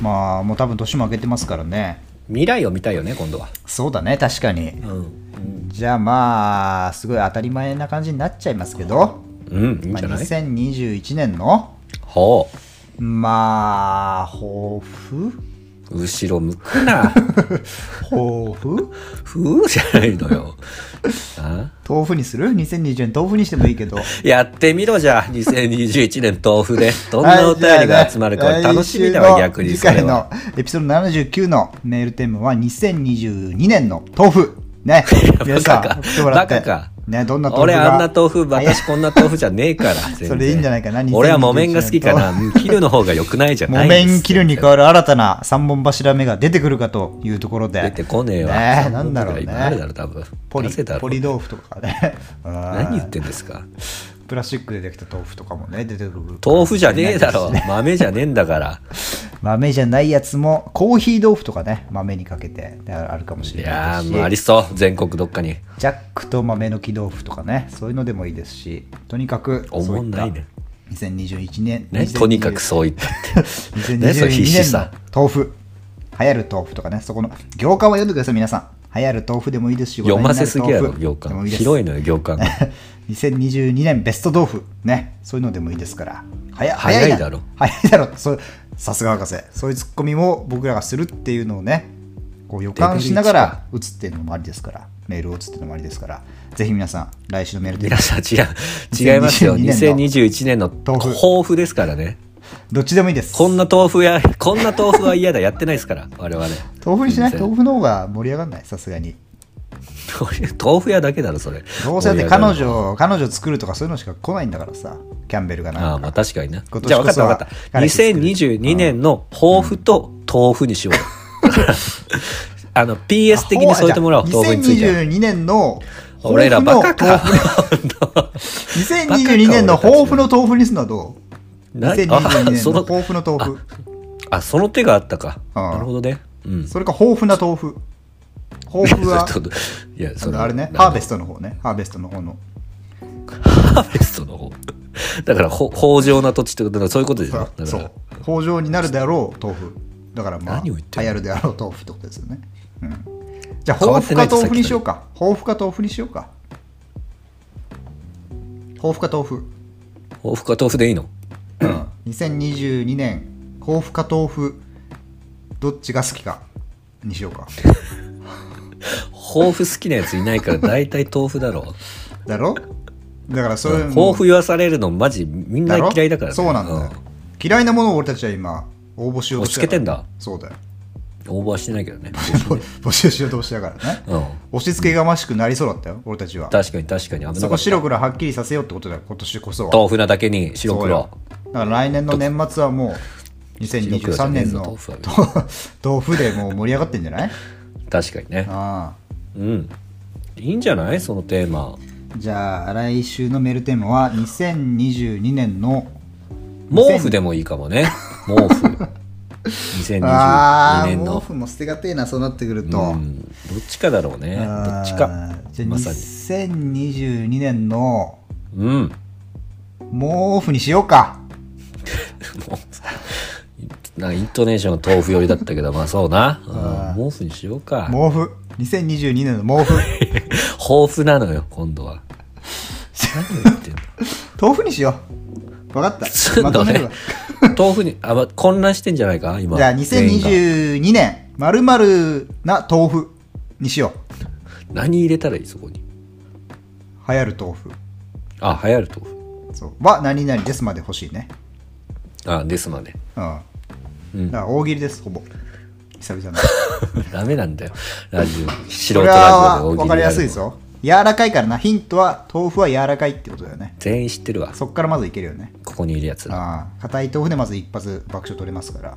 [SPEAKER 2] まあ、もう多分年も明けてますからね。
[SPEAKER 1] 未来を見たいよね、今度は。
[SPEAKER 2] そうだね、確かに。
[SPEAKER 1] うん。
[SPEAKER 2] じゃあまあ、すごい当たり前な感じになっちゃいますけど、
[SPEAKER 1] うん、いいん
[SPEAKER 2] まあ、
[SPEAKER 1] じゃない
[SPEAKER 2] 2021年の、
[SPEAKER 1] ほう。
[SPEAKER 2] まあ、抱負
[SPEAKER 1] 後ろ向く な。
[SPEAKER 2] 抱負
[SPEAKER 1] ふうじゃないのよ。あ
[SPEAKER 2] 豆腐にする ?2020 年豆腐にしてもいいけど。
[SPEAKER 1] やってみろじ ゃあ、2021年豆腐で。どんなお便りが集まるか
[SPEAKER 2] はいじゃあ
[SPEAKER 1] 楽しみだわ、
[SPEAKER 2] 来週の
[SPEAKER 1] 逆に
[SPEAKER 2] 次
[SPEAKER 1] それ
[SPEAKER 2] 回
[SPEAKER 1] は。
[SPEAKER 2] のエピソード79のメールテーマは2022年の豆腐。 ね。皆さん、
[SPEAKER 1] バカか
[SPEAKER 2] 送ってもらって
[SPEAKER 1] バカか
[SPEAKER 2] ね、どんな豆腐
[SPEAKER 1] 俺
[SPEAKER 2] が
[SPEAKER 1] あんな豆腐、
[SPEAKER 2] いや
[SPEAKER 1] 私こんな豆腐じゃねえ から。全然
[SPEAKER 2] それいいんじゃないかな
[SPEAKER 1] 俺は木綿が好きかな。
[SPEAKER 2] 2021
[SPEAKER 1] うん切るの方が良くないじゃないん
[SPEAKER 2] 木
[SPEAKER 1] です
[SPEAKER 2] 綿切るに変わる新たな三本柱目が出てくるかというところで。
[SPEAKER 1] 出てこねえわ。
[SPEAKER 2] ねなんだろうね
[SPEAKER 1] あるだろ、多分。
[SPEAKER 2] ポリ
[SPEAKER 1] 出せだろ
[SPEAKER 2] ポリ豆腐とかね。
[SPEAKER 1] 何言っ
[SPEAKER 2] ん
[SPEAKER 1] てんですか
[SPEAKER 2] プラスチックでできた豆腐とかもね、出てくる。
[SPEAKER 1] 豆腐じゃねえだ ろ。豆じゃねえんだから。
[SPEAKER 2] 豆じゃないやつも、コーヒー豆腐とかね、豆にかけてあるかもし
[SPEAKER 1] い
[SPEAKER 2] れ
[SPEAKER 1] や
[SPEAKER 2] ないで
[SPEAKER 1] ー、
[SPEAKER 2] すし。
[SPEAKER 1] もうありそう。全国どっかに。
[SPEAKER 2] ジャックと豆の木豆腐とかね、そういうのでもいいですし、とにかく、
[SPEAKER 1] おもんないね
[SPEAKER 2] そういった2021年、
[SPEAKER 1] ね、とにかくそう言ったって。
[SPEAKER 2] 2022
[SPEAKER 1] ね、それ必死
[SPEAKER 2] 年の
[SPEAKER 1] さ。
[SPEAKER 2] 豆腐、流行る豆腐とかね、そこの行間は読んでください、皆さん。流行る豆腐でもいいですし、
[SPEAKER 1] 読ませすぎやろ、
[SPEAKER 2] 話題にな
[SPEAKER 1] 行
[SPEAKER 2] る豆腐で
[SPEAKER 1] 間。
[SPEAKER 2] もいいです
[SPEAKER 1] 広いのよ、行間が。
[SPEAKER 2] 2022年ベスト豆腐ねそういうのでもいいですから早
[SPEAKER 1] 早い
[SPEAKER 2] な
[SPEAKER 1] だろ
[SPEAKER 2] 早いだろそうさすが博士そういうツッコミも僕らがするっていうのをねこう予感しながら打つっていうのもありですからメールを打つっていうのもありですからぜひ皆さん来週のメールで
[SPEAKER 1] 皆さん違う。違いますよ。2021
[SPEAKER 2] 2022
[SPEAKER 1] 年の
[SPEAKER 2] 豆腐
[SPEAKER 1] 抱負ですからね。
[SPEAKER 2] どっちでもいいです
[SPEAKER 1] こんな豆腐や、こんな豆腐は嫌だ。やってないですから、我々。
[SPEAKER 2] 豆腐にしない
[SPEAKER 1] 全然
[SPEAKER 2] 豆腐の方が盛り上がらないさすがに
[SPEAKER 1] 豆腐屋だけだろ、それ。
[SPEAKER 2] どうせだって彼女彼女作るとかそういうのしか来ないんだからさキャンベルが
[SPEAKER 1] あ
[SPEAKER 2] な
[SPEAKER 1] あ、
[SPEAKER 2] ん
[SPEAKER 1] ま
[SPEAKER 2] か
[SPEAKER 1] あ確かにな。
[SPEAKER 2] 今
[SPEAKER 1] じゃあ分か
[SPEAKER 2] 年こ
[SPEAKER 1] った
[SPEAKER 2] そ
[SPEAKER 1] 分
[SPEAKER 2] は
[SPEAKER 1] かった。
[SPEAKER 2] 彼氏作る
[SPEAKER 1] 2022年の抱負と豆腐にしようよ。 あの、PS 的に添えてもらおう、豆腐については。
[SPEAKER 2] 2022年の抱負の
[SPEAKER 1] 俺らバカか
[SPEAKER 2] 豆腐。2022年の抱負の豆腐にするのはどう
[SPEAKER 1] な
[SPEAKER 2] ?2022
[SPEAKER 1] あ
[SPEAKER 2] 年
[SPEAKER 1] そ
[SPEAKER 2] の
[SPEAKER 1] の
[SPEAKER 2] 抱負の豆腐。
[SPEAKER 1] あ、その手があったか。
[SPEAKER 2] ああ
[SPEAKER 1] なるほどね。うん。
[SPEAKER 2] それか豊富な 豆腐。豊富は
[SPEAKER 1] それ、といや、そ
[SPEAKER 2] あのあれね、ハーベストの方ね、ハーベストの方の。
[SPEAKER 1] ハーベストの方。だから、ほ豊穣な土地ってことだからそういうことでしょ。だから
[SPEAKER 2] そう。豊穣になるであろう豆腐。だからまあ、
[SPEAKER 1] 何を
[SPEAKER 2] 流
[SPEAKER 1] 言ってんの
[SPEAKER 2] 行るであろう豆腐ってことですよね。うんじゃあ、
[SPEAKER 1] 変わ
[SPEAKER 2] 豊
[SPEAKER 1] って
[SPEAKER 2] 富
[SPEAKER 1] な
[SPEAKER 2] か
[SPEAKER 1] いと
[SPEAKER 2] 豆腐にしようか。豊富か豆腐にしようか。豊富か豆腐。
[SPEAKER 1] 豆腐か豆腐でいいの
[SPEAKER 2] 2022年豆腐か豆腐どっちが好きかにしようか
[SPEAKER 1] 豆腐好きなやついないから大体豆腐だろ。
[SPEAKER 2] だろだからそういう
[SPEAKER 1] 豆腐言わされるのマジみんな
[SPEAKER 2] ろ
[SPEAKER 1] 嫌いだからね。
[SPEAKER 2] そうなんだよ、嫌いなものを俺たちは今応募しようと
[SPEAKER 1] 押し
[SPEAKER 2] して
[SPEAKER 1] 付けてんだ
[SPEAKER 2] そうだよ
[SPEAKER 1] うん。応募はしてないけどね。
[SPEAKER 2] 募集しようとしてだからね、
[SPEAKER 1] うん。
[SPEAKER 2] 押し付けがましくなりそうだったよ俺たちは
[SPEAKER 1] 確かに確かに危なかった。
[SPEAKER 2] そこ白黒はっきりさせようってことだよ今年こそは
[SPEAKER 1] 豆腐なだけに白
[SPEAKER 2] そう
[SPEAKER 1] 黒
[SPEAKER 2] よ。だから来年の年末はもう
[SPEAKER 1] 白黒じゃ
[SPEAKER 2] 2023
[SPEAKER 1] ねえ
[SPEAKER 2] 年
[SPEAKER 1] ぞ
[SPEAKER 2] の
[SPEAKER 1] 豆
[SPEAKER 2] 豆腐でもう盛り上がってんじゃない
[SPEAKER 1] 確かにね。
[SPEAKER 2] ああ
[SPEAKER 1] うん。いいんじゃないそのテーマ。
[SPEAKER 2] じゃあ来週のメールテーマは2022年の
[SPEAKER 1] 毛布でもいいかもね。毛布。2022
[SPEAKER 2] あ
[SPEAKER 1] 年
[SPEAKER 2] あ毛
[SPEAKER 1] の。
[SPEAKER 2] 布も捨てがてえなそうなってくると、
[SPEAKER 1] うん。どっちかだろうね。ど
[SPEAKER 2] あー
[SPEAKER 1] っちか。
[SPEAKER 2] じゃあ
[SPEAKER 1] まさに
[SPEAKER 2] 2022年の
[SPEAKER 1] うん。
[SPEAKER 2] 毛布にしようか
[SPEAKER 1] もうなんかイン トネーションが豆腐寄りだったけど、まあそうな。うん毛布にしようか。
[SPEAKER 2] 毛布2022年の毛布
[SPEAKER 1] 豊富なのよ、今度は。何を言ってんの
[SPEAKER 2] 豆腐にしよう分かった
[SPEAKER 1] すん
[SPEAKER 2] ま
[SPEAKER 1] の
[SPEAKER 2] とめ
[SPEAKER 1] ね
[SPEAKER 2] るわ。
[SPEAKER 1] 豆腐に、あ、ま混乱してんじゃないか今。
[SPEAKER 2] じゃあ
[SPEAKER 1] 全員が
[SPEAKER 2] 2022年まるまるな豆腐にしよう
[SPEAKER 1] 何入れたらいいそこに。
[SPEAKER 2] 流行る豆腐
[SPEAKER 1] あ、流行る豆腐。
[SPEAKER 2] そうは何々ですまで欲しいね
[SPEAKER 1] あ、ですまで。
[SPEAKER 2] うん、
[SPEAKER 1] うん
[SPEAKER 2] だから大喜利ですほぼ久々の
[SPEAKER 1] ダメなんだよ。ラジオ。素
[SPEAKER 2] こ
[SPEAKER 1] 人
[SPEAKER 2] れは
[SPEAKER 1] ラジオで大喜利
[SPEAKER 2] 分かりやすいですよ。柔らかいからなヒントは豆腐は柔らかいってことだよね
[SPEAKER 1] 全員知ってるわ
[SPEAKER 2] そっからまずいけるよね
[SPEAKER 1] ここにいるやつ
[SPEAKER 2] ああ硬い豆腐でまず一発爆笑取れますから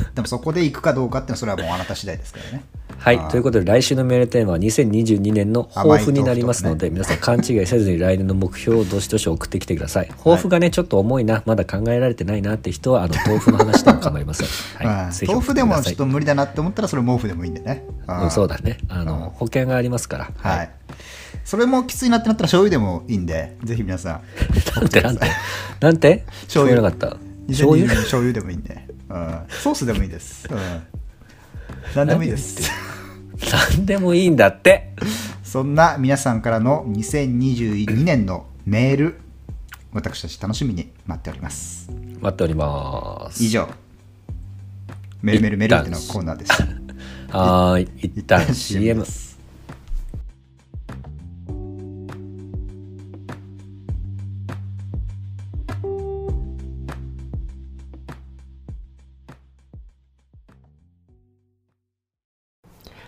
[SPEAKER 2] でもそこで行くかどうかってのはそれはもうあなた次第ですからね
[SPEAKER 1] はいということで来週のメールテーマは2022年の抱負になりますので、皆さん勘違いせずに来年の目標をどしどし送ってきてください抱負がねちょっと重いなまだ考えられてないなって人は あの豆腐の話でも構いません、
[SPEAKER 2] う
[SPEAKER 1] は
[SPEAKER 2] ん
[SPEAKER 1] い、ぜひ
[SPEAKER 2] 豆
[SPEAKER 1] 送
[SPEAKER 2] 腐
[SPEAKER 1] って
[SPEAKER 2] で
[SPEAKER 1] くださ
[SPEAKER 2] もちょ
[SPEAKER 1] い
[SPEAKER 2] っと無理だなって思ったらそれ毛布でもいいんでねあ
[SPEAKER 1] う
[SPEAKER 2] あ
[SPEAKER 1] ん、そうだねあの保険がありますから
[SPEAKER 2] はい、それもきついなってなったら醤油でもいいんでぜひ皆さん
[SPEAKER 1] なんて なんてなんて
[SPEAKER 2] 醤油
[SPEAKER 1] なかった醤
[SPEAKER 2] 醤油
[SPEAKER 1] 油
[SPEAKER 2] 醤油でもいいんで、うん、ソースでもいいです、うん、何でもいいです
[SPEAKER 1] なんでもいいんだって
[SPEAKER 2] そんな皆さんからの2022年のメール私たち楽しみに待っております
[SPEAKER 1] 待っております
[SPEAKER 2] 以上メールメールメールってのコーナーでした
[SPEAKER 1] はーい一 旦 CM
[SPEAKER 2] です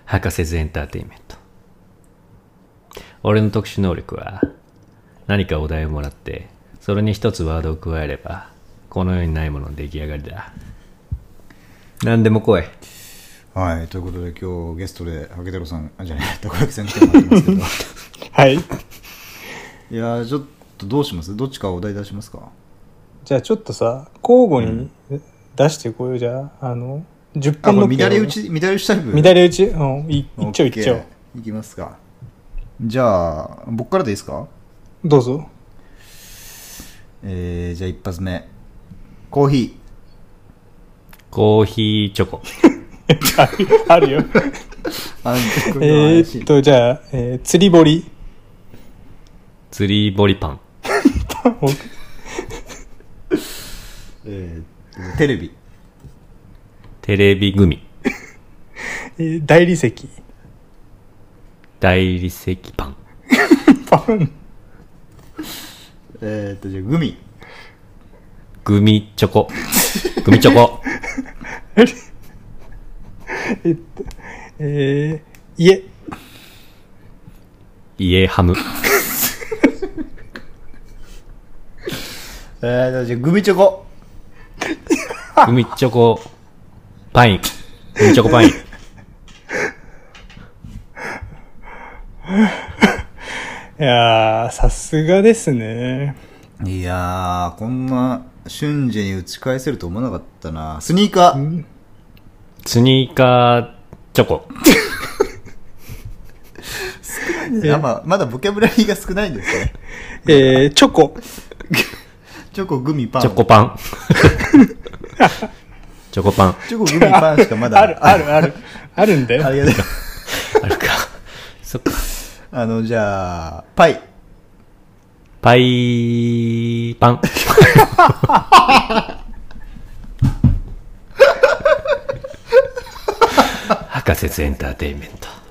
[SPEAKER 3] 博士ズエンターテインメント俺の特殊能力は何かお題をもらってそれに一つワードを加えればこの世にないものの出来上がりだ何でも来い
[SPEAKER 2] はいということで今日ゲストでハゲ太郎さんあじゃないたこ焼きさん来てもらってますけど
[SPEAKER 4] はい。
[SPEAKER 2] いやーちょっとどうしますどっちかお題出しますか
[SPEAKER 4] じゃあちょっとさ、交互に出してこようじゃあ、あの、10
[SPEAKER 2] あ
[SPEAKER 4] 本
[SPEAKER 2] こ
[SPEAKER 4] の
[SPEAKER 2] れ乱れ打ち乱れ打ちタイプ
[SPEAKER 4] 乱れ打ちうん、いいっちょいっちょ
[SPEAKER 2] OK。いきますかじゃあ僕からでいいですか
[SPEAKER 4] どうぞ。
[SPEAKER 2] えー、じゃあ一発目コーヒ
[SPEAKER 3] コーヒーチョコ
[SPEAKER 4] あ あるよ。
[SPEAKER 2] ーあこれは
[SPEAKER 4] え
[SPEAKER 2] 怪しい
[SPEAKER 4] ーっと、じゃあ、えー釣り堀。
[SPEAKER 3] 釣り堀パン
[SPEAKER 2] えーテレビ
[SPEAKER 3] テレビグミ
[SPEAKER 4] えー大理石。
[SPEAKER 3] 大理石パン
[SPEAKER 4] パン。
[SPEAKER 2] えー、っとじゃあグミ
[SPEAKER 3] グミチョコグミチョコ
[SPEAKER 4] えー、家。
[SPEAKER 3] 家ハム
[SPEAKER 2] えー、じゃあグミチョコ
[SPEAKER 3] グミチョコパイングミチョコパイン
[SPEAKER 4] いやー、さすがですね。
[SPEAKER 2] いやーこんな瞬時に打ち返せると思わなかったなスニーカー
[SPEAKER 3] スニーカーチョコ
[SPEAKER 2] やっぱまだボキャブラリーが少ないんですね
[SPEAKER 4] えー、チョコ。
[SPEAKER 2] チョコグミパン
[SPEAKER 3] チョコ パン。チョコパン。
[SPEAKER 2] チョコグミパンしかまだ
[SPEAKER 4] ある、ある、ある。あるんだ
[SPEAKER 2] あ
[SPEAKER 4] よ。
[SPEAKER 2] りがとう
[SPEAKER 3] あるか。そっか。
[SPEAKER 2] あのじゃあパイ
[SPEAKER 3] パイパン。博士ズエンターテインメント。